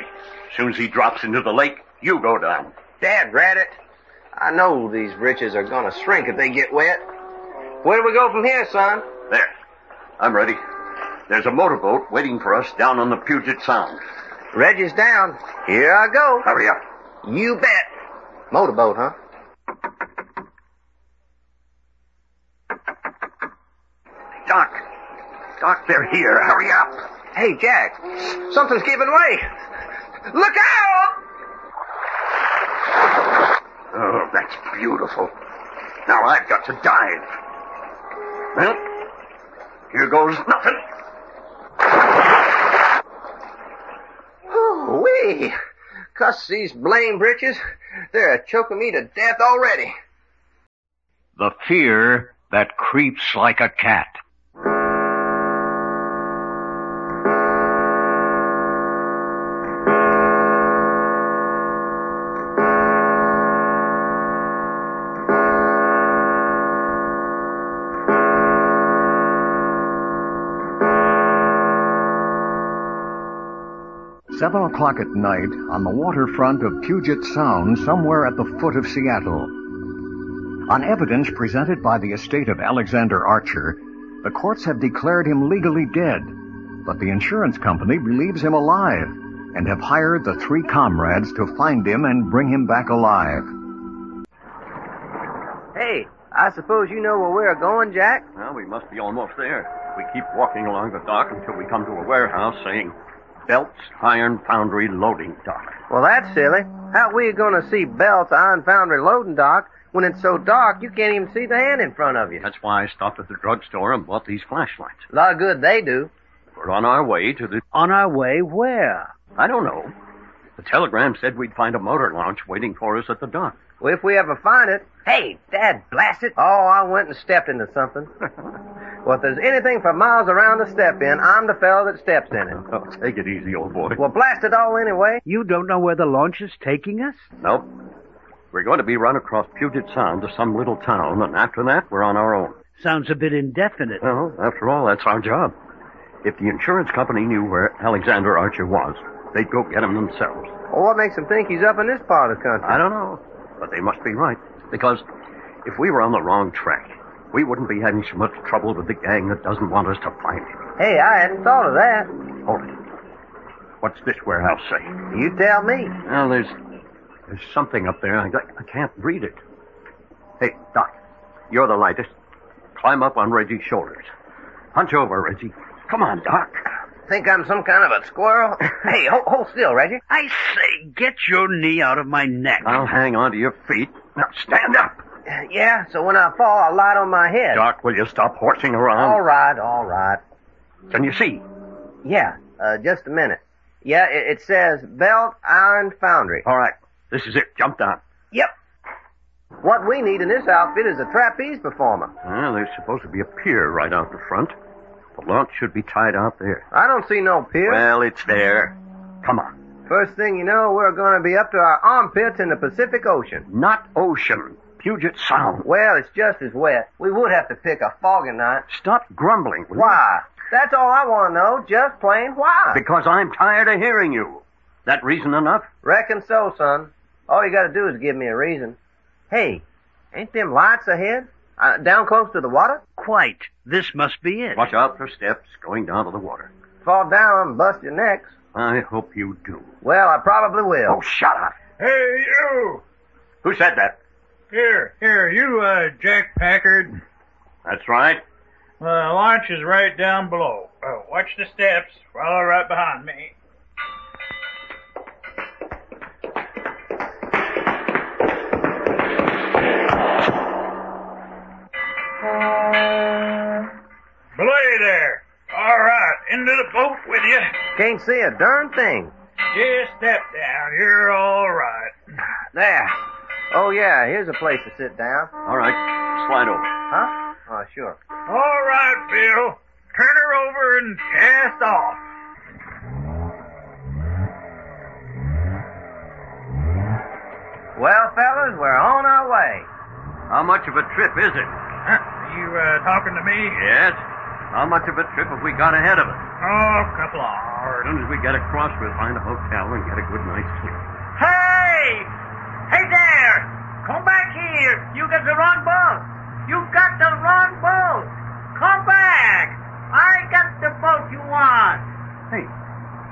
D: Soon as he drops into the lake, you go down.
C: Dad, rat it. I know these britches are gonna shrink if they get wet. Where do we go from here, son?
D: There. I'm ready. There's a motorboat waiting for us down on the Puget Sound.
C: Reggie's down. Here I go.
D: Hurry up.
C: You bet. Motorboat, huh?
D: Doc. Doc, they're here. Hurry up.
C: Hey, Jack, something's giving way. Look out!
D: Oh, that's beautiful. Now I've got to dive. Well, here goes nothing.
C: Ooh, wee. Cuss these blame britches. They're choking me to death already.
B: The fear that creeps like a cat. Seven o'clock at night on the waterfront of Puget Sound, somewhere at the foot of Seattle. On evidence presented by the estate of Alexander Archer, the courts have declared him legally dead, but the insurance company believes him alive and have hired the three comrades to find him and bring him back alive.
C: Hey, I suppose you know where we're going, Jack?
D: Well, we must be almost there. We keep walking along the dock until we come to a warehouse saying, Belts Iron Foundry Loading Dock.
C: Well, that's silly. How we gonna see Belt's Iron Foundry loading dock when it's so dark you can't even see the hand in front of you?
D: That's why I stopped at the drugstore and bought these flashlights.
C: A lot of good they do.
D: We're on our way to the.
E: On our way where?
D: I don't know. The telegram said we'd find a motor launch waiting for us at the dock.
C: Well, if we ever find it. Hey, Dad, blast it. Oh, I went and stepped into something. <laughs> well, if there's anything for miles around to step in, I'm the fellow that steps in it.
D: Oh, take it easy, old boy.
C: Well, blast it all anyway.
E: You don't know where the launch is taking us?
D: Nope. We're going to be run across Puget Sound to some little town, and after that, we're on our own.
E: Sounds a bit indefinite.
D: Well, after all, that's our job. If the insurance company knew where Alexander Archer was, they'd go get him themselves.
C: Well, what makes him think he's up in this part of the country?
D: I don't know, but they must be right. Because if we were on the wrong track, we wouldn't be having so much trouble with the gang that doesn't want us to find him.
C: Hey, I hadn't thought of that.
D: Hold it. What's this warehouse say?
C: You tell me.
D: Well, there's there's something up there. I, I can't read it. Hey, Doc, you're the lightest. Climb up on Reggie's shoulders. Hunch over, Reggie. Come on, Doc.
C: Think I'm some kind of a
D: <laughs>
C: squirrel? hey, hold, hold still, Reggie.
E: I say, get your knee out of my neck.
D: I'll hang on to your feet. Now stand up.
C: Yeah, so when I fall, I'll light on my head.
D: Doc, will you stop horsing around?
C: All right, all right.
D: Can you see?
C: Yeah, uh, just a minute. Yeah, it, it says Belt Iron Foundry.
D: All right. This is it. Jump down.
C: Yep. What we need in this outfit is a trapeze performer.
D: Well, Ah, there's supposed to be a pier right out the front. The launch should be tied out there.
C: I don't see no pier.
D: Well, it's there. Come on.
C: First thing you know, we're going to be up to our armpits in the Pacific Ocean.
D: Not ocean. Puget Sound.
C: Well, it's just as wet. We would have to pick a foggy night.
D: Stop grumbling. will you?
C: Why? That's all I want to know. Just plain why.
D: Because I'm tired of hearing you. That reason enough?
C: Reckon so, son. All you got to do is give me a reason. Hey, ain't them lights ahead? Uh, down close to the water?
E: Quite. This must be it.
D: Watch out for steps going down to the water.
C: Fall down and bust your necks.
D: I hope you do.
C: Well, I probably will.
D: Oh, shut up.
I: Hey, you!
D: Who said that?
I: Here, here, you, uh, Jack Packard.
D: That's right.
I: The launch is right down below. Uh, watch the steps. Follow right behind me. Belay there. All right, into the boat with you.
C: Can't see a darn thing.
I: Just step down. You're all right.
C: There. Oh, yeah, here's a place to sit down.
D: All right. Slide over.
C: Huh? Oh, sure.
I: All right, Bill. Turn her over and cast off.
C: Well, fellas, we're on our way.
D: How much of a trip is it?
I: Huh? You uh, talking to me?
D: Yes. How much of a trip have we got ahead of us?
I: Oh, a couple of
D: As
I: hours.
D: soon as we get across, we'll find a hotel and get a good night's sleep.
C: Hey! Hey there! Come back here! You got the wrong boat! You got the wrong boat! Come back! I got the boat you want!
D: Hey,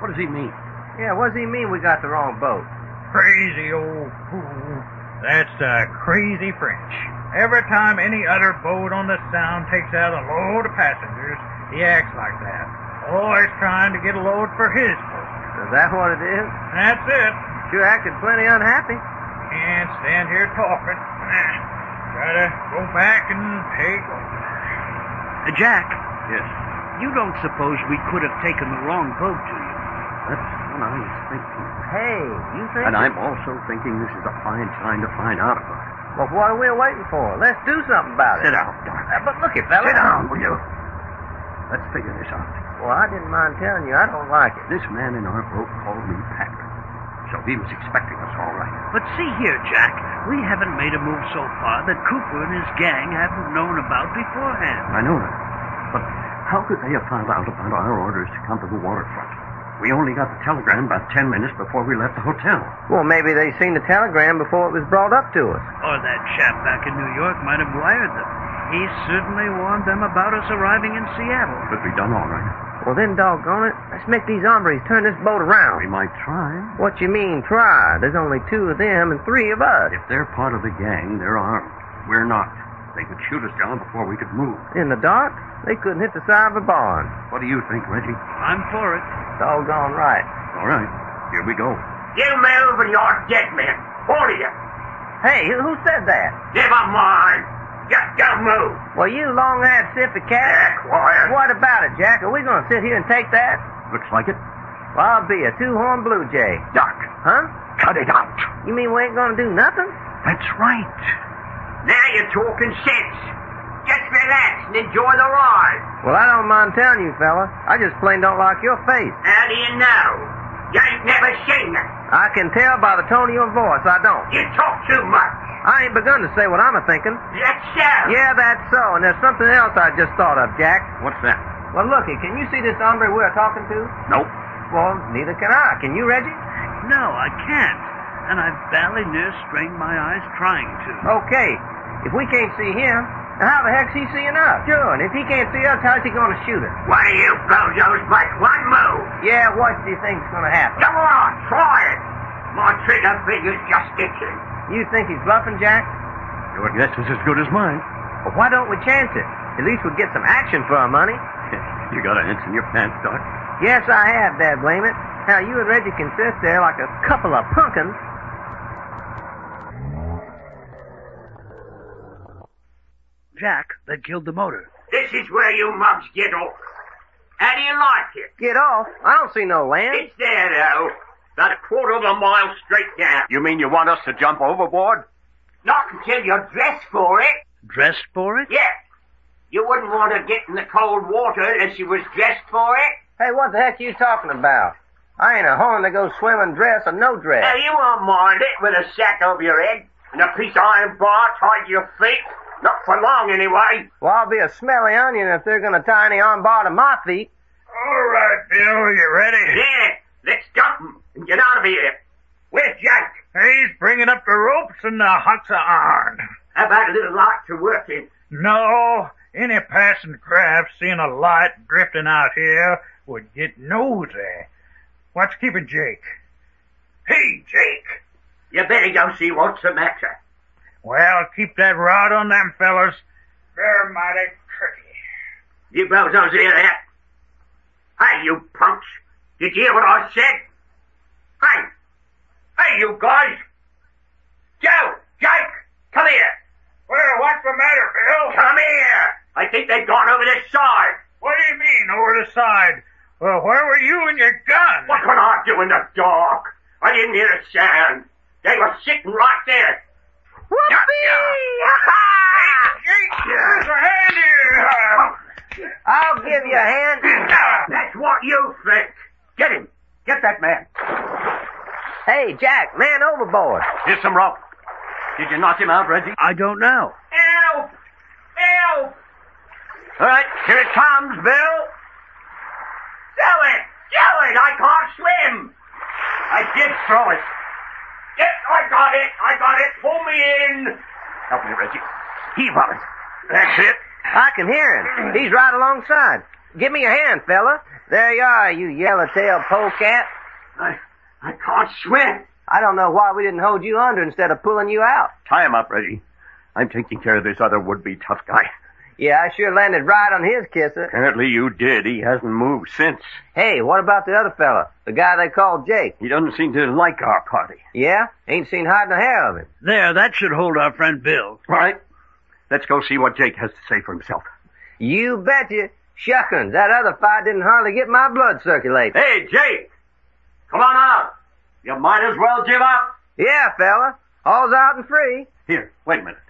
D: what does he mean?
C: Yeah, what does he mean we got the wrong boat?
I: Crazy old fool. That's uh, crazy French. Every time any other boat on the Sound takes out a load of passengers, he acts like that. Always trying to get a load for his boat.
C: Is that what it is?
I: That's it.
C: You acted plenty unhappy.
I: Can't stand here talking. <clears throat> Try to go back and take
E: Uh, Jack,
D: Yes,
E: you don't suppose we could have taken the wrong boat, do you?
D: that's what I was thinking.
C: Hey, you think?
D: And I'm also thinking this is a fine time to find out about it.
C: Well, what are we waiting for? Let's do something about
D: Sit
C: it.
D: down, Doc.
C: Uh, but look it, fella.
D: Sit down, will you? Let's figure this out.
C: Well, I didn't mind telling you, I don't like it.
D: This man in our boat called me Packer. So he was expecting us all right.
E: But see here, Jack, we haven't made a move so far that Cooper and his gang haven't known about beforehand.
D: I know that. But how could they have found out about our orders to come to the waterfront? We only got the telegram about ten minutes before we left the hotel.
C: Well, maybe they seen the telegram before it was brought up to us.
E: Or that chap back in New York might have wired them. He certainly warned them about us arriving in Seattle.
D: But we done all right.
C: Well, then, doggone it, let's make these hombres turn this boat
D: We
C: around.
D: might try.
C: What you mean, try? There's only two of them and three of us.
D: If they're part of the gang, they're armed. We're not. They could shoot us down before we could move.
C: In the dark, they couldn't hit the side of a barn.
D: What do you think, Reggie?
E: I'm for it.
C: Doggone right.
D: All right. Here we go.
J: You move and you're dead man. What are you?
C: Hey, who who said that?
J: Never mind. Just don't move.
C: Well, you long-eyed sippy cat.
J: Jack, why-
C: What about it, Jack? Are we going to sit here and take that?
D: Looks like it.
C: Well, I'll be a two-horned blue jay.
D: Doc,
C: Huh?
D: cut it out.
C: You mean we ain't going to do nothing?
D: That's right.
J: Now you're talking sense. Just relax and enjoy the ride.
C: Well, I don't mind telling you, fella. I just plain don't like your face.
J: How do you know? You ain't never seen it.
C: I can tell by the tone of your voice, I don't.
J: You talk too much.
C: I ain't begun to say what I'm a-thinking.
J: That's so.
C: Yeah, that's so. And there's something else I just thought of, Jack.
D: What's that?
C: Well, looky, can you see this hombre we're talking to?
D: Nope.
C: Well, neither can I. Can you, Reggie?
E: No, I can't. And I've barely near strained my eyes trying to.
C: Okay. If we can't see him, How the heck's he seeing us? Sure, and if he can't see us, how's he gonna shoot us?
J: One of you bozos make one move.
C: Yeah, what do you think's gonna happen?
J: Come on, try it. My trigger finger's just itching.
C: You think he's bluffing, Jack?
D: Your guess is as good as mine.
C: Well, why don't we chance it? At least we'll get some action for our money.
D: You got an inch in your pants, Doc.
C: Yes, I have, Dad, blame it. Now, you and Reggie can sit there like a couple of punkins.
E: Jack that killed the motor.
J: This is where you mubs get off. How do you like it?
C: Get off. I don't see no land.
J: It's there, though. About a quarter of a mile straight down.
D: You mean you want us to jump overboard?
J: Not until you're dressed for it.
E: Dressed for it?
J: Yeah. You wouldn't want to get in the cold water unless you was dressed for it.
C: Hey, what the heck you talking about? I ain't a horn to go swimming dress or no dress.
J: Now, you won't mind it with a sack over your head and a piece of iron bar tied to your feet. Not for long, anyway.
C: Well, I'll be a smelly onion if they're gonna tie any on bar to my feet.
I: All right, Bill, you ready?
J: Yeah, let's dump 'em and get out of here. Where's Jake?
I: He's bringing up the ropes and the hooks of iron.
J: How about a little light to work in?
I: No, any passing craft seeing a light drifting out here would get nosy. What's keeping Jake?
J: Hey, Jake. You better go see what's the matter.
I: Well, keep that rod on them fellas. They're mighty tricky.
J: You bozos hear that? Hey, you punks. Did you hear what I said? Hey. Hey, you guys. Joe, Jake, come here.
I: Well, what's the matter, Bill?
J: Come here. I think they've gone over this side.
I: What do you mean, over the side? Well, where were you and your gun?
J: What can I do in the dark? I didn't hear a sound. They were sitting right there.
C: Whoopee!
I: Jake, there's a hand here.
C: I'll give you a
D: <coughs>
C: hand.
J: That's what you think. Get him. Get that man.
C: Hey, Jack, man overboard.
D: Here's some rope. Did you knock him out, Reggie?
E: I don't know.
J: Help! Help!
D: All right, here it comes, Bill.
J: Do it! Do it! I can't swim!
D: I did throw it.
J: Yes, I got it! I got it! Pull me in!
D: Help me, Reggie. Heave on it. That's it.
C: I can hear him. He's right alongside. Give me a hand, fella. There you are, you yellow-tailed polecat.
J: I, I can't swim!
C: I don't know why we didn't hold you under instead of pulling you out.
D: Tie him up, Reggie. I'm taking care of this other would-be tough guy.
C: Yeah, I sure landed right on his kisser.
D: Apparently you did. He hasn't moved since.
C: Hey, what about the other fella? The guy they called Jake?
D: He doesn't seem to like our party.
C: Yeah? Ain't seen hide nor hair of him.
E: There, that should hold our friend Bill.
D: All right. Let's go see what Jake has to say for himself.
C: You betcha. Shuckin', that other fight didn't hardly get my blood circulating.
D: Hey, Jake! Come on out. You might as well give up.
C: Yeah, fella. All's out and free.
D: Here, wait a minute.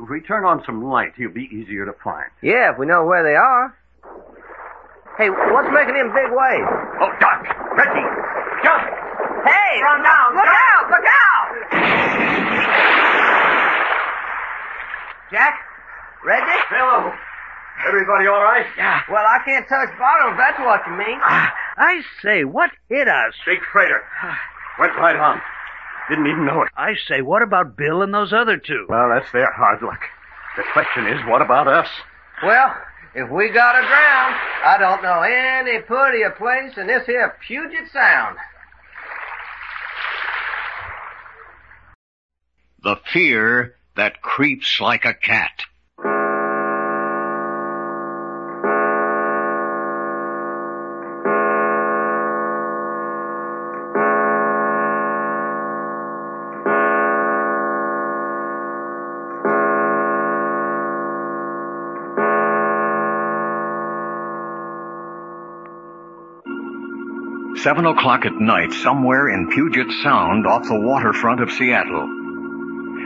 D: If we turn on some light, he'll be easier to find.
C: Yeah, if we know where they are. Hey, what's making them big waves?
D: Oh, Doc! Reggie! Jump!
C: Hey!
J: Run down,
C: Look
J: Jack.
C: out! Look out! Jack? Reggie?
D: Hello! Everybody all right? Yeah. Ah.
C: Well, I can't touch bottom if that's what you mean.
E: I say, what hit us?
D: Big freighter. Went right on. Didn't even know it.
E: I say, what about Bill and those other two?
D: Well, that's their hard luck. The question is, what about us?
C: Well, if we gotta drown, I don't know any prettier place than this here Puget Sound.
B: The fear that creeps like a cat. Seven o'clock at night, somewhere in Puget Sound off the waterfront of Seattle.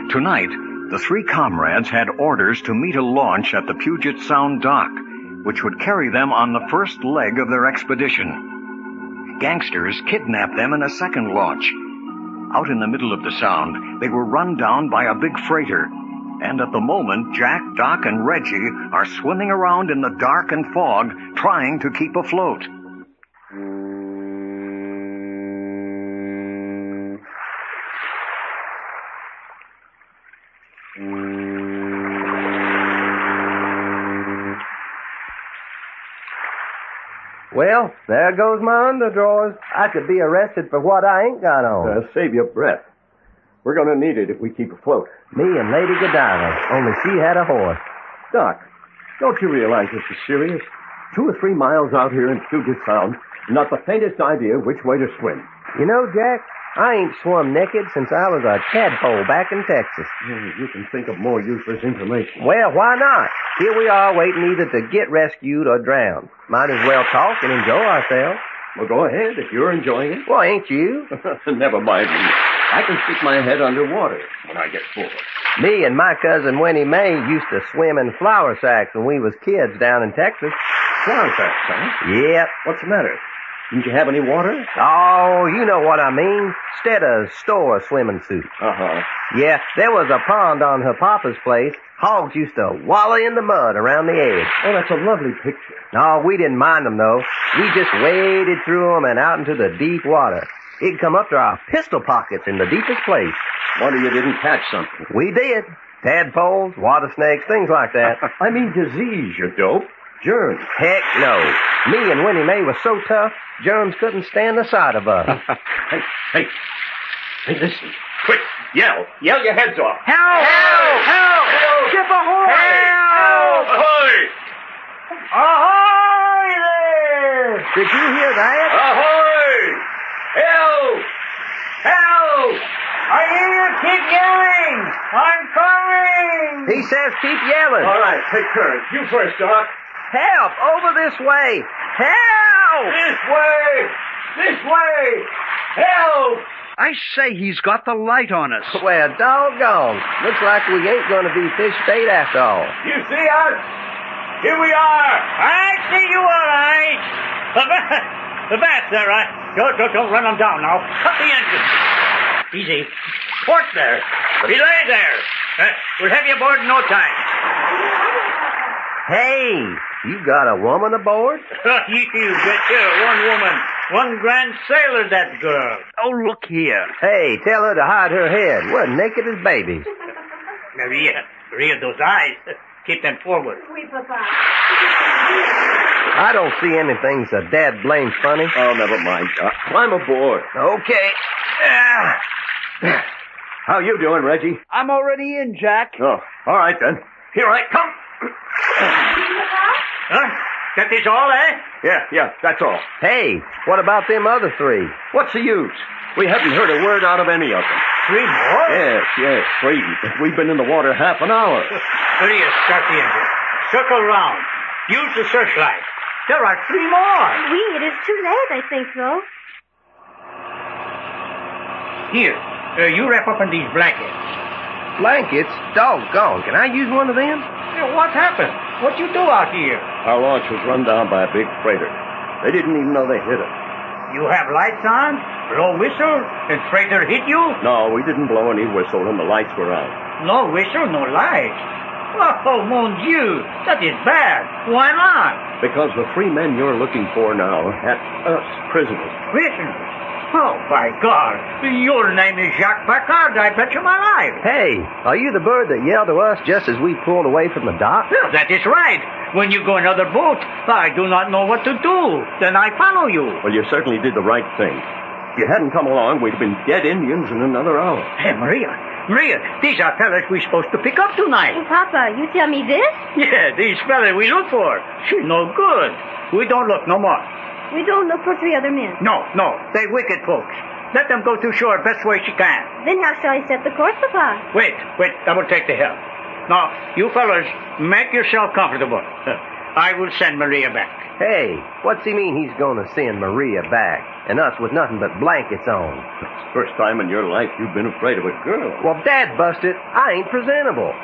B: Tonight, the three comrades had orders to meet a launch at the Puget Sound dock, which would carry them on the first leg of their expedition. Gangsters kidnapped them in a second launch. Out in the middle of the sound, they were run down by a big freighter. And at the moment, Jack, Doc, and Reggie are swimming around in the dark and fog, trying to keep afloat.
C: Well, there goes my underdrawers. I could be arrested for what I ain't got on.
D: Uh, save your breath. We're going to need it if we keep afloat.
C: Me and Lady Godiva, only she had a horse.
D: Doc, don't you realize this is serious? Two or three miles out here in Puget Sound, not the faintest idea which way to swim.
C: You know, Jack, I ain't swum naked since I was a tadpole back in Texas.
D: You can think of more useless information.
C: Well, why not? Here we are waiting either to get rescued or drown. Might as well talk and enjoy ourselves.
D: Well, go ahead if you're enjoying it.
C: Well, ain't you?
D: <laughs> Never mind me. I can stick my head underwater when I get bored.
C: Me and my cousin Winnie Mae used to swim in flour sacks when we was kids down in Texas.
D: Flour sacks, huh?
C: Yep.
D: What's the matter? Didn't you have any water?
C: Oh, you know what I mean. Stetta's store swimming suit.
D: Uh-huh.
C: Yeah, there was a pond on her papa's place. Hogs used to wallow in the mud around the edge.
D: Oh, that's a lovely picture.
C: No, we didn't mind them, though. We just waded through them and out into the deep water. It'd come up to our pistol pockets in the deepest place.
D: Wonder you didn't catch something.
C: We did. Tadpoles, water snakes, things like that.
D: <laughs> I mean disease, you dope. Germs.
C: Heck no. Me and Winnie Mae were so tough, germs couldn't stand the sight
E: <laughs>
C: of us.
J: hey, hey. Hey, listen. Quick, yell. Yell your heads off.
C: Help! Help! Help! Help! Ship ahoy! Help!
J: Ahoy!
C: Ahoy there! Did you hear that?
J: Ahoy! Help! Help!
G: I hear you keep yelling! I'm coming!
C: He says keep yelling.
J: All right, take courage. You first, Doc.
C: Help! Over this way! Help!
J: This way! This way! Help!
E: I say he's got the light on us.
C: <laughs> Well, doggone. Looks like we ain't gonna be fish bait after all.
J: You see us? Here we are!
G: I see you all right. The bat, the bat's there, right? Don't, don't, don't run them down now. Cut the engine. Easy. Port there. Belay there. Uh, we'll have you aboard in no time.
C: Hey, you got a woman aboard?
G: <laughs> you betcha. One woman. One grand sailor, that girl.
E: Oh, look here.
C: Hey, tell her to hide her head. We're naked as babies.
G: Maria, Maria, those eyes. <laughs> Keep them forward.
F: We, Papa.
C: I don't see anything so dad blames funny.
D: Oh, never mind, Doc. Climb aboard.
C: Okay. Ah.
D: How you doing, Reggie?
E: I'm already in, Jack.
D: Oh, all right then. Here I come.
G: Huh? That is all, eh?
D: Yeah, yeah, that's all.
C: Hey, what about them other three?
D: What's the use? We haven't heard a word out of any of them.
G: Three more?
D: Yes, yes, three. We've been in the water half an
G: <laughs>
D: hour.
G: Maria, start the engine. Circle round. Use the searchlight. There are three more.
F: We, it is too late, I think, though.
G: Here, uh, you wrap up in these blankets.
C: Blankets? Doggone. Can I use one of them?
G: <laughs> Hey, what happened? What you do out here?
D: Our launch was run down by a big freighter. They didn't even know they hit us.
G: You have lights on, blow whistle, and freighter hit you?
D: No, we didn't blow any whistle, and the lights were out.
G: No whistle, no lights. Oh, mon Dieu, that is bad. Why not?
D: Because the three men you're looking for now had us prisoners.
G: Prisoners. Oh, by God. Your name is Jacques Packard, I bet you my life.
C: Hey, are you the bird that yelled to us just as we pulled away from the dock?
G: Well, that is right. When you go another boat, I do not know what to do. Then I follow you.
D: Well, you certainly did the right thing. If you hadn't come along, we'd have been dead Indians in another hour.
G: Hey, Maria. Maria, these are fellas we're supposed to pick up tonight.
F: Oh, Papa, you tell me this?
G: <laughs> Yeah, these fellas we look for. She's no good. We don't look no more.
F: We don't look for three other men.
G: No, no. They wicked folks. Let them go to shore best way she can.
F: Then how shall I set the course, Papa?
G: Wait, wait. I will take the helm. Now, you fellas, make yourself comfortable. I will send Maria back.
C: Hey, what's he mean he's gonna send Maria back and us with nothing but blankets on?
D: It's the first time in your life you've been afraid of a girl.
C: Well, Dad busted. I ain't presentable.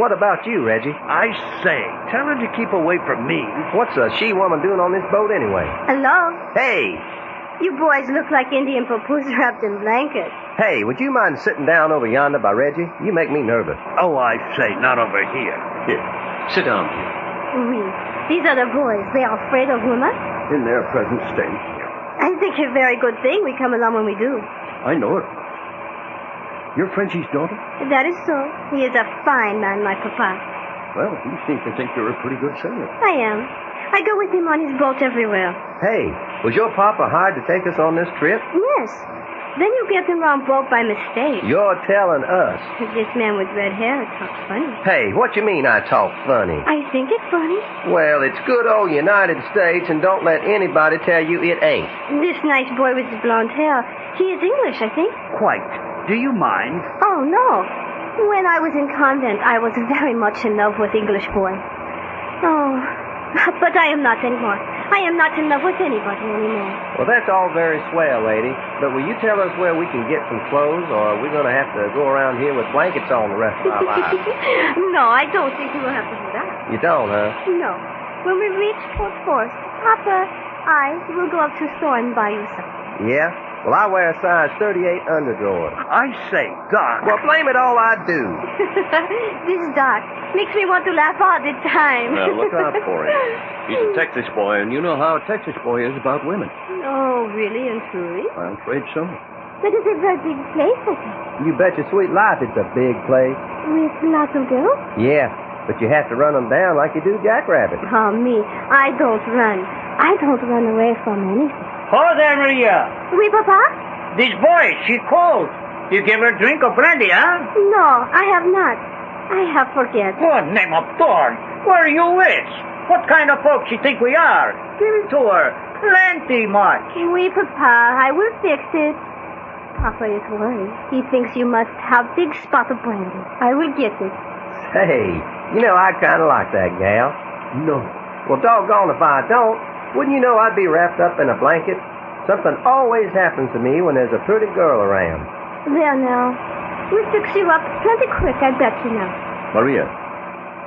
C: What about you, Reggie?
E: I say, tell her to keep away from me.
C: What's a she woman doing on this boat anyway?
F: Hello?
C: Hey,
F: You boys look like Indian papoose wrapped in blankets.
C: hey, would you mind sitting down over yonder by Reggie? You make me nervous.
E: Oh, I say, not over here.
D: Here, sit down here.
F: We, these other boys, they are afraid of women.
D: In their present state.
F: I think it's a very good thing we come along when we do.
D: I know it. You're Frenchie's daughter?
F: That is so. He is a fine man, my Papa.
D: Well, you seem to think you're a pretty good sailor.
F: I am. I go with him on his boat everywhere.
C: Hey, was your papa hired to take us on this trip?
F: Yes. Then you get the wrong boat by mistake.
C: You're telling us.
F: This man with red hair talks funny.
C: Hey, what you mean I talk funny?
F: I think it's funny.
C: Well, it's good old United States, and don't let anybody tell you it ain't.
F: This nice boy with the blonde hair, he is English, I think.
E: Quite. Do you mind?
F: Oh, no. When I was in convent, I was very much in love with English boy. Oh, <laughs> but I am not anymore. I am not in love with anybody anymore.
C: Well, that's all very swell, lady. But will you tell us where we can get some clothes, or are we going to have to go around here with blankets on the rest of our lives?
F: <laughs> no, I don't think you will have to do that.
C: You don't, huh?
F: No. When we reach Fort Forest, Papa, I will go up to a store and buy you something.
C: Yeah? Well, I wear a size 38 underdrawer.
E: I say, Doc.
C: Well, blame it all I do.
F: <laughs> this dark makes me want to laugh all the time.
K: Well, look out for him. He's a Texas boy, and you know how a Texas boy is about women.
F: <laughs> Oh, really and truly?
K: I'm afraid so.
F: That is a very big place, I think.
C: You bet your sweet life it's a big place.
F: With lots of girls?
C: Yeah, but you have to run 'em down like you do jackrabbits.
F: Oh, me. I don't run. I don't run away from anything.
G: Hold there, Maria.
F: Oui, Papa?
G: This boy, she called. You gave her a drink of brandy, huh?
F: No, I have not. I have forget.
G: Good name of Thorn. Where are you with? What kind of folk she think we are? Give it to her. Plenty much.
F: Oui, Papa. I will fix it. Papa is worried. He thinks you must have big spot of brandy. I will get it.
C: Hey, you know, I kind of like that gal. No. Well, doggone if I don't. Wouldn't you know I'd be wrapped up in a blanket? Something always happens to me when there's a pretty girl around.
F: There now. We'll fix you up plenty quick, I bet you now.
K: Maria,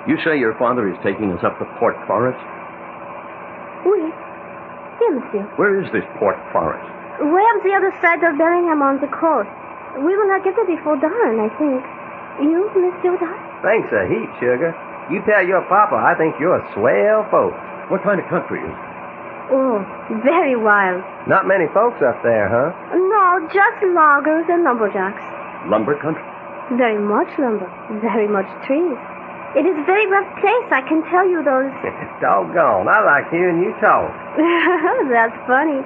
K: you say your father is taking us up to Port Forest?
F: Oui. Here, monsieur.
K: Where is this Port Forest?
F: Way up the other side of Bellingham on the coast. We will not get there before dawn, I think. You, Monsieur Dodd?
C: Thanks a heap, sugar. You tell your papa I think you're a swell folk. What kind of country is it?
F: Oh, very wild.
C: Not many folks up there, huh?
F: No, just loggers and lumberjacks.
K: Lumber country?
F: Very much lumber, very much trees. It is very rough place, I can tell you those.
C: <laughs>
F: <laughs>
C: Doggone, I like hearing you talk.
F: That's funny.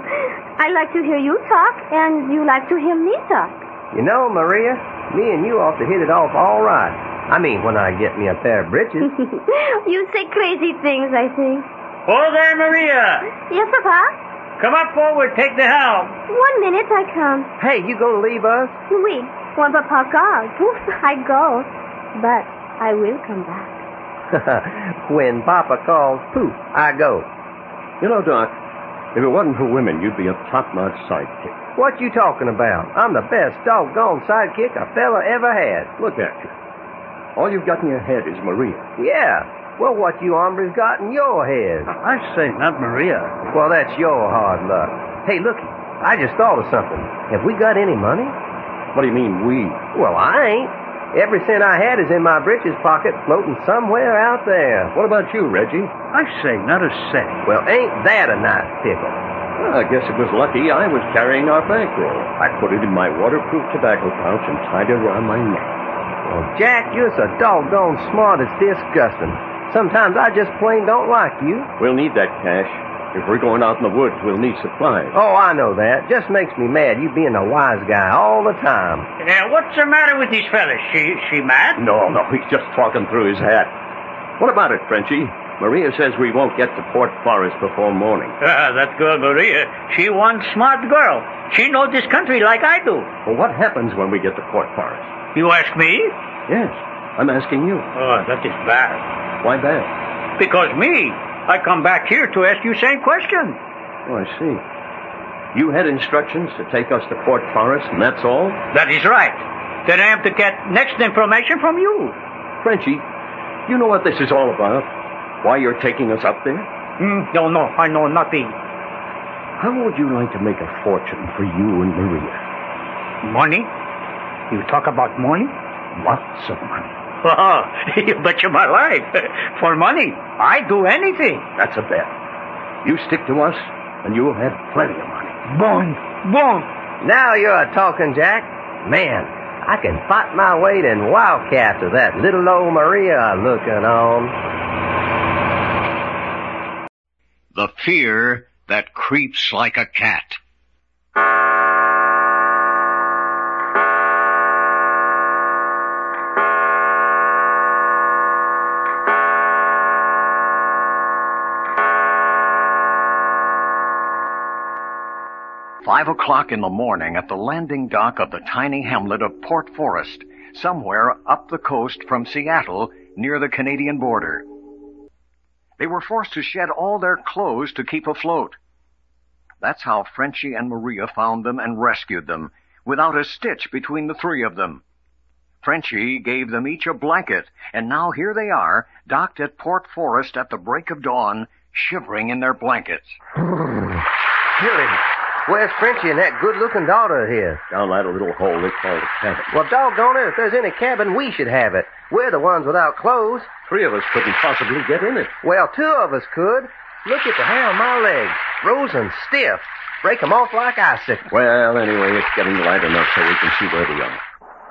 F: I like to hear you talk, and you like to hear me talk. <laughs>
C: You know, Maria, me and you ought to hit it off all right. I mean, when I get me a pair of britches. <laughs>
F: you say crazy things, I think.
G: Hold there, Maria.
F: Yes, Papa?
G: Come up forward. Take the helm.
F: One minute, I come.
C: hey, you gonna leave us?
F: Oui, when Papa <laughs> goes, poof, I go. But I will come back.
C: <laughs> when Papa calls, poof, I go.
K: You know, Doc, if it wasn't for women, you'd be a top-notch sidekick.
C: What you talking about? I'm the best doggone sidekick a fella ever had.
K: Look at you. All you've got in your head is Maria.
C: Yeah. Well, what you hombres got in your head?
E: I say, not Maria.
C: Well, that's your hard luck. Hey, look, I just thought of something. Have we got any money?
K: What do you mean, we?
C: Well, I ain't. Every cent I had is in my breeches pocket, floating somewhere out there.
K: What about you, Reggie?
E: I say, not a cent.
C: Well, ain't that a nice pickle?
K: eh, Well, I guess it was lucky I was carrying our bankroll. I put it in my waterproof tobacco pouch and tied it around my neck.
C: Well, Jack, you're so doggone smart it's disgusting. Sometimes I just plain don't like you.
K: We'll need that cash. If we're going out in the woods, we'll need supplies.
C: Oh, I know that. Just makes me mad you being a wise guy all the time.
G: Yeah, what's the matter with this fella? <laughs> She she mad?
K: No, no, he's just talking through his hat. What about it, Frenchie? Maria says we won't get to Port Forest before morning.
G: Ah, that girl Maria, she one smart girl. She know this country like I do.
K: Well, what happens when we get to Port Forest?
G: You ask me?
K: Yes, I'm asking you.
G: Oh, that is bad.
K: Why that?
G: Because me, I come back here to ask you same question.
K: Oh, I see. You had instructions to take us to Port Forest, and that's all?
G: That is right. Then I have to get next information from you.
K: Frenchie, you know what this is all about? Why you're taking us up there?
G: Hmm, no, no, I know nothing.
K: How would you like to make a fortune for you and Maria?
G: Money? You talk about money?
K: Lots of money.
G: Oh, <laughs> you betcha my life. <laughs> For money, I do anything.
K: That's a bet. You stick to us, and you'll have plenty of money.
G: Bon, bon.
C: Now you're a talking, Jack. Man, I can fight my weight in wildcat to that little old Maria looking on.
B: The fear that creeps like a cat. Five o'clock in the morning at the landing dock of the tiny hamlet of Port Forest, somewhere up the coast from Seattle near the Canadian border. They were forced to shed all their clothes to keep afloat. That's how Frenchy and Maria found them and rescued them, without a stitch between the three of them. Frenchy gave them each a blanket, and now here they are, docked at Port Forest at the break of dawn, shivering in their blankets.
C: Billy, where's Frenchie and that good-looking daughter of his?
K: Down that little hole they call the cabin.
C: Well, doggone it, if there's any cabin, we should have it. We're the ones without clothes.
K: Three of us couldn't possibly get in it.
C: Well, two of us could. Look at the hair on my legs. Frozen stiff. Break 'em off like icicles.
K: Well, anyway, it's getting light enough so we can see where we are.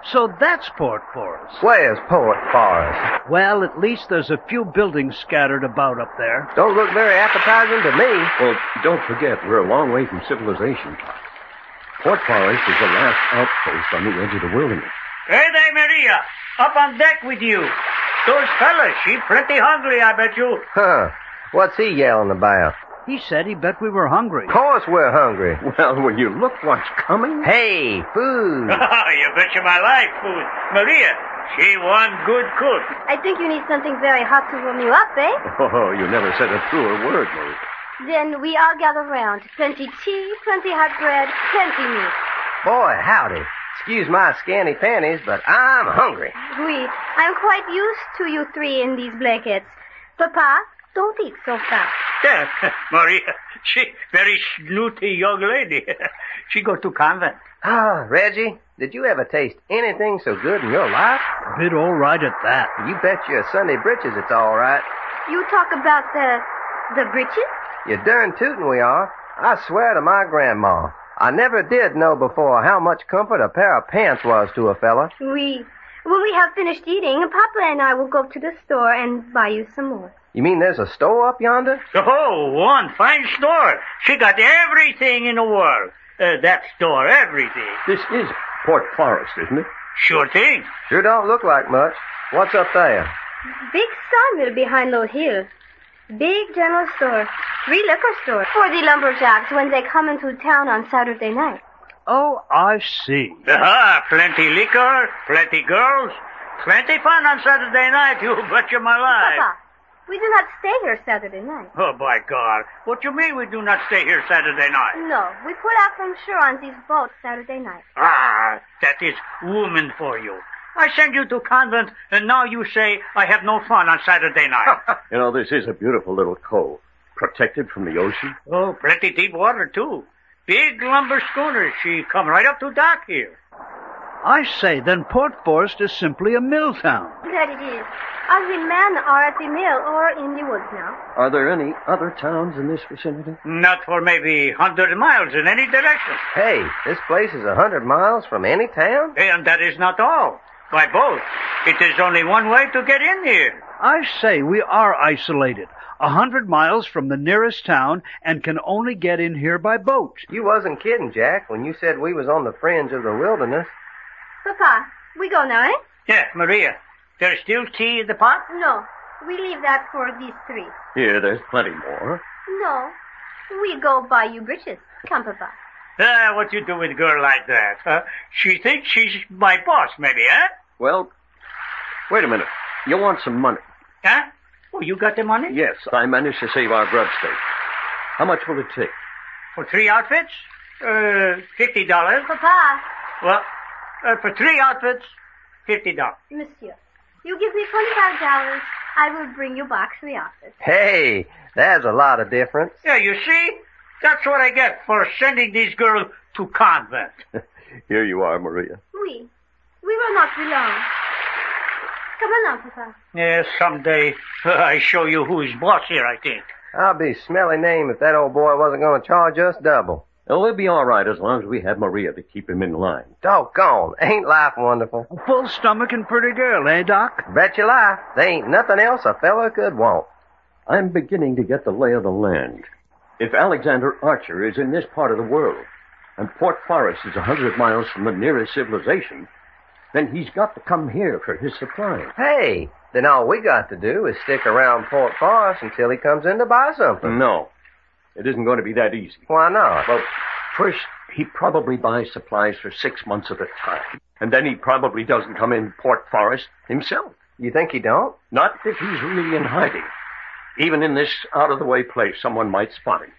E: So that's Port Forest.
C: Where's Port Forest?
E: Well, at least there's a few buildings scattered about up there.
C: Don't look very appetizing to me.
K: Well, don't forget, we're a long way from civilization. Port Forest is the last outpost on the edge of the wilderness.
G: Hey there, Maria. Up on deck with you. Those fellas, she pretty hungry, I bet you.
C: Huh. What's he yelling about?
E: He said he bet we were hungry.
C: Of course we're hungry.
K: Well, when you look what's coming. Oh,
C: Hey,
K: <laughs>
C: food.
G: you betcha my life, food. Maria, she one good cook.
F: I think you need something very hot to warm you up, eh?
K: Oh, you never said a truer word, Marie.
F: Then we all gather round. Plenty tea, plenty hot bread, plenty meat.
C: Boy, howdy. Excuse my scanty panties, but I'm hungry.
F: Oui, I'm quite used to you three in these blankets. Papa, don't eat so fast.
G: Yeah, <laughs> Maria, she very snooty young lady. <laughs> she go to convent.
C: Ah, Reggie, did you ever taste anything so good in your life?
E: Bit all right at that.
C: You bet your Sunday britches it's all right.
F: You talk about the the britches?
C: You're darn tootin' we are. I swear to my grandma, I never did know before how much comfort a pair of pants was to a fella.
F: Oui. When we have finished eating, Papa and I will go to the store and buy you some more.
C: You mean there's a store up yonder?
G: Oh, one fine store. She got everything in the world. Uh, that store, everything.
K: This is Port Forest, isn't it?
G: Sure thing.
C: Sure don't look like much. What's up there?
F: Big sawmill behind those hills. Big general store. Three liquor stores for the lumberjacks when they come into town on Saturday night.
E: Oh, I see.
G: Ah, plenty liquor, plenty girls, plenty fun on Saturday night. You <laughs> betcha my life.
F: Papa, we do not stay here Saturday night.
G: Oh, by God. What you mean we do not stay here Saturday night?
F: No, we put out from shore on these boats Saturday night.
G: Ah, that is woman for you. I send you to convent, and now you say I have no fun on Saturday
C: <laughs>
G: night.
K: You know, this is a beautiful little cove, protected from the ocean.
G: oh, plenty deep water, too. Big lumber schooners, she come right up to dock here.
E: I say, then Port Forest is simply a mill town.
F: That it is. All the men are at the mill or in the woods now.
K: Are there any other towns in this vicinity?
G: Not for maybe hundred miles in any direction.
C: Hey, this place is a hundred miles from any town?
G: And that is not all. By boat. It is only one way to get in here.
E: I say, we are isolated, a hundred miles from the nearest town, and can only get in here by boat.
C: You wasn't kidding, Jack, when you said we was on the fringe of the wilderness.
F: Papa, we go now, eh?
G: Yeah, Maria, there's still tea in the pot?
F: No, we leave that for these three.
K: Here, there's plenty more.
F: No, we go buy you britches. Come, Papa.
G: Ah, what you do with a girl like that? Huh? She thinks she's my boss, maybe, eh? huh?
K: Well, wait a minute. You want some money?
G: Huh? Oh, you got the money?
K: Yes, I managed to save our grub stake. How much will it take?
G: For three outfits? Uh, fifty dollars.
F: Papa,
G: Well, uh, for three outfits, fifty dollars.
F: Monsieur, you give me twenty-five dollars. I will bring you back to the office.
C: Hey, there's a lot of difference.
G: Yeah, you see? That's what I get for sending these girls to convent.
K: Here you are, Maria.
F: We, we will not be long. Come along, Papa.
G: Yeah, someday uh, I show you who's boss here, I think.
C: I'll be smelly name if that old boy wasn't going to charge us double.
K: Oh, we'll be all right as long as we have Maria to keep him in line.
C: Doggone, ain't life wonderful?
E: A full stomach and pretty girl, eh, Doc?
C: Bet you life, there ain't nothing else a fella could want.
D: I'm beginning to get the lay of the land. If Alexander Archer is in this part of the world, and Port Forest is a hundred miles from the nearest civilization, then he's got to come here for his supplies.
C: Hey, then all we got to do is stick around Port Forest until he comes in to buy something.
D: No, it isn't going to be that easy. Uh,
C: Why not?
D: Well, first, he probably buys supplies for six months at a time, and then he probably doesn't come in Port Forest himself.
C: You think he don't?
D: Not if he's really in hiding. Even in this out of the way place, someone might spot him.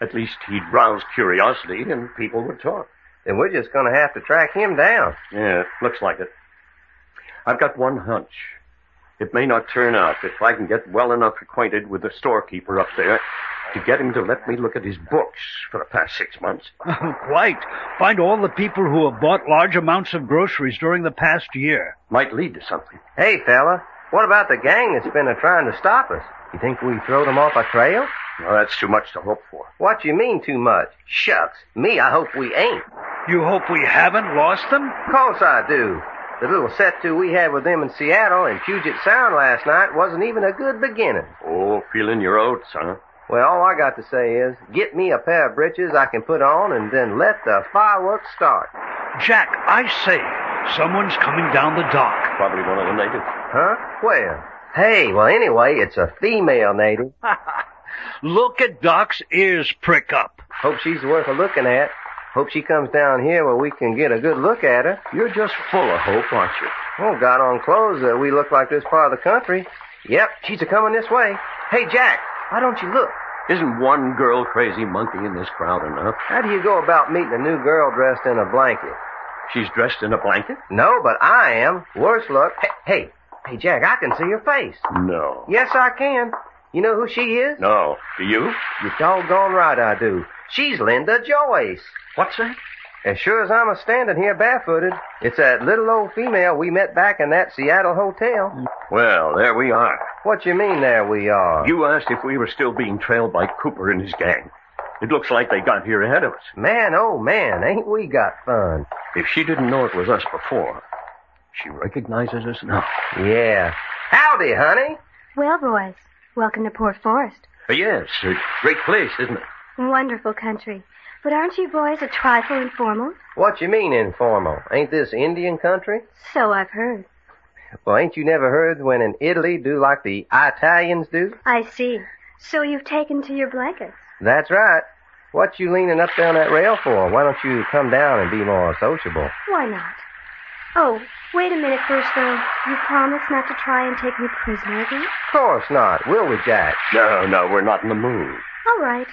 D: At least he'd rouse curiosity and people would talk.
C: Then we're just going to have to track him down.
D: Yeah, looks like it. I've got one hunch. It may not turn out if I can get well enough acquainted with the storekeeper up there to get him to let me look at his books for the past six months.
E: <laughs> Quite. Find all the people who have bought large amounts of groceries during the past year.
D: Might lead to something.
C: Hey, fella, what about the gang that's been a trying to stop us? You think we throw them off our trail?
D: No, that's too much to hope for.
C: What you mean too much? Shucks. Me, I hope we ain't.
E: You hope we haven't lost them?
C: Course I do. The little set to we had with them in Seattle and Puget Sound last night wasn't even a good beginning.
D: Oh, feeling your oats, huh?
C: Well, all I got to say is, get me a pair of breeches I can put on and then let the fireworks start.
E: Jack, I say, someone's coming down the dock.
D: Probably one of the natives.
C: Huh? Where? Hey, well, anyway, it's a female native.
E: Look at Doc's ears prick up.
C: Hope she's worth a looking at. Hope she comes down here where we can get a good look at her.
D: You're just full of hope, aren't you?
C: Oh, got on clothes that we look like this part of the country. Yep, she's a coming this way. Hey, Jack, why don't you look?
D: Isn't one girl crazy monkey in this crowd enough?
C: How do you go about meeting a new girl dressed in a blanket?
D: She's dressed in a blanket?
C: No, but I am. Worse luck. Hey, hey, hey, Jack, I can see her face.
D: No.
C: Yes, I can. You know who she is?
D: No. Do you?
C: You're doggone right I do. She's Linda Joyce.
D: What's that?
C: As sure as I'm a standing here barefooted, it's that little old female we met back in that Seattle
D: Mm.
C: hotel.
D: Well, there we are.
C: What you mean there we are?
D: You asked if we were still being trailed by Cooper and his gang. It looks like they got here ahead of us.
C: Man, oh man, ain't we got fun.
D: If she didn't know it was us before, she recognizes us now.
C: Yeah. Howdy, honey.
F: Well, boys, welcome to Port Forest.
D: Uh, Yes, a great place, isn't it?
F: Wonderful country. But aren't you boys a trifle informal?
C: What you mean informal? Ain't this Indian country?
F: So I've heard.
C: Well, ain't you never heard when in Italy do like the Italians do?
F: I see. So you've taken to your blankets.
C: That's right. What you leaning up down that rail for? Why don't you come down and be more sociable?
F: Why not? Oh, wait a minute first, though. You promise not to try and take me prisoner again?
C: Of course not, will we, Jack?
D: No, no, we're not in the mood.
F: All right.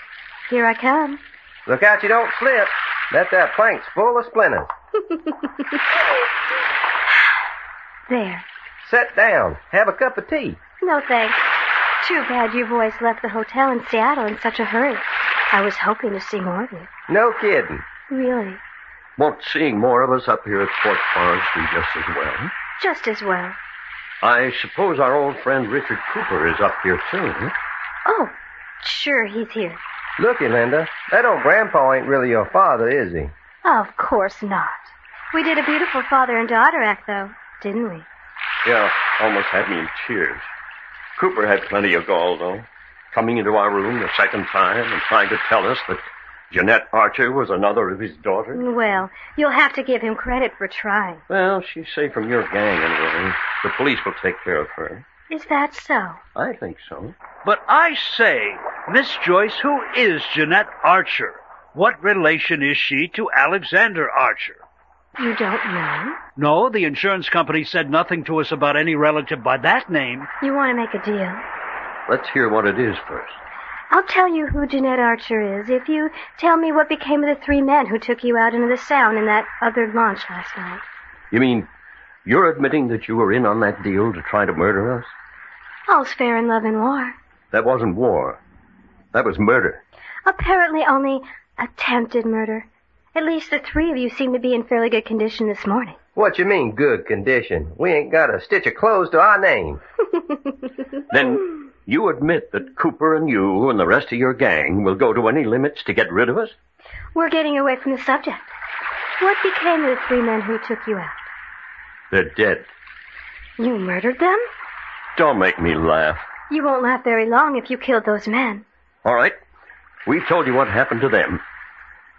F: Here I come.
C: Look out you don't slip. Let that plank's full of splinters.
F: <laughs> There.
C: Set down. Have a cup of tea.
F: No thanks. Too bad you boys left the hotel in Seattle in such a hurry. I was hoping to see more of you.
C: No kidding.
F: Really,
D: Won't seeing more of us up here at Fort Forest do just as well?
F: just as well.
D: I suppose our old friend Richard Cooper is up here too. huh?
F: Oh, sure, he's here.
C: Looky, Linda, that old grandpa ain't really your father, is he?
F: Of course not. We did a beautiful father and daughter act, though, didn't we?
D: Yeah, almost had me in tears. Cooper had plenty of gall, though, coming into our room the second time and trying to tell us that Jeanette Archer was another of his daughters.
F: Well, you'll have to give him credit for trying.
D: Well, she's safe from your gang, anyway. The police will take care of her.
F: Is that so?
D: I think so.
E: But I say, Miss Joyce, who is Jeanette Archer? What relation is she to Alexander Archer?
F: You don't know?
E: No, the insurance company said nothing to us about any relative by that name.
F: You want to make a deal?
D: Let's hear what it is first.
F: I'll tell you who Jeanette Archer is if you tell me what became of the three men who took you out into the Sound in that other launch last night.
D: You mean you're admitting that you were in on that deal to try to murder us?
F: All's fair in love and war.
D: That wasn't war. That was murder.
F: Apparently only attempted murder. At least the three of you seem to be in fairly good condition this morning.
C: What you mean, good condition? We ain't got a stitch of clothes to
F: <laughs>
C: our name.
D: Then you admit that Cooper and you and the rest of your gang will go to any limits to get rid of us?
F: We're getting away from the subject. What became of the three men who took you out?
D: They're dead.
F: You murdered them?
D: Don't make me laugh.
F: You won't last very long if you killed those men.
D: All right. We've told you what happened to them.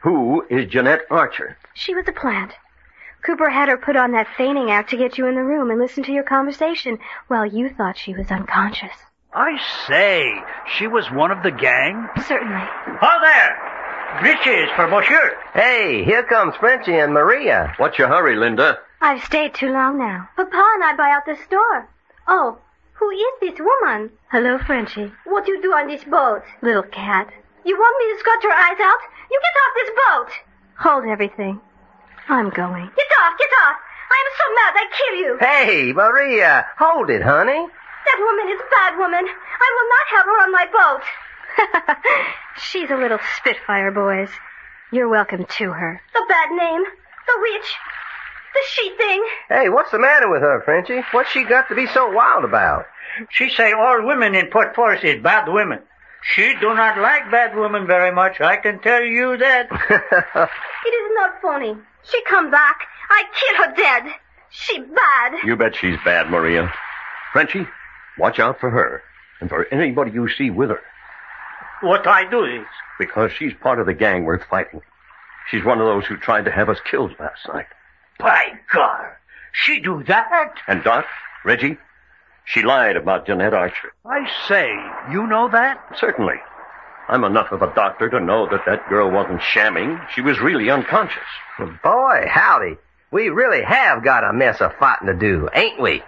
D: Who is Jeanette Archer?
F: She was a plant. Cooper had her put on that feigning act to get you in the room and listen to your conversation while you thought she was unconscious.
E: I say, she was one of the gang?
F: Certainly.
G: Hold there! Riches for monsieur.
C: Hey, here comes Frenchie and Maria.
D: What's your hurry, Linda?
F: I've stayed too long now. Papa and I buy out the store. Oh, who is this woman? Hello, Frenchie. What you do on this boat? Little cat. You want me to scratch your eyes out? You get off this boat! Hold everything. I'm going. Get off, get off! I am so mad I kill you!
C: Hey, Maria, hold it, honey.
F: That woman is a bad woman. I will not have her on my boat. <laughs> She's a little spitfire, boys. You're welcome to her. The bad name. The witch. The she thing.
C: Hey, what's the matter with her, Frenchie? What's she got to be so wild about?
G: She say all women in Port Forest is bad women. She do not like bad women very much, I can tell you that.
F: It is not phony. She come back. I kill her dead. She bad.
D: You bet she's bad, Maria. Frenchie, watch out for her and for anybody you see with her.
G: what I do is,
D: Because she's part of the gang worth fighting. She's one of those who tried to have us killed last night.
G: by God, she do that?
D: And Doc, Reggie, she lied about Jeanette Archer.
E: I say, you know that?
D: Certainly. I'm enough of a doctor to know that that girl wasn't shamming. She was really unconscious.
C: Boy, howdy. We really have got a mess of fighting to do, ain't we?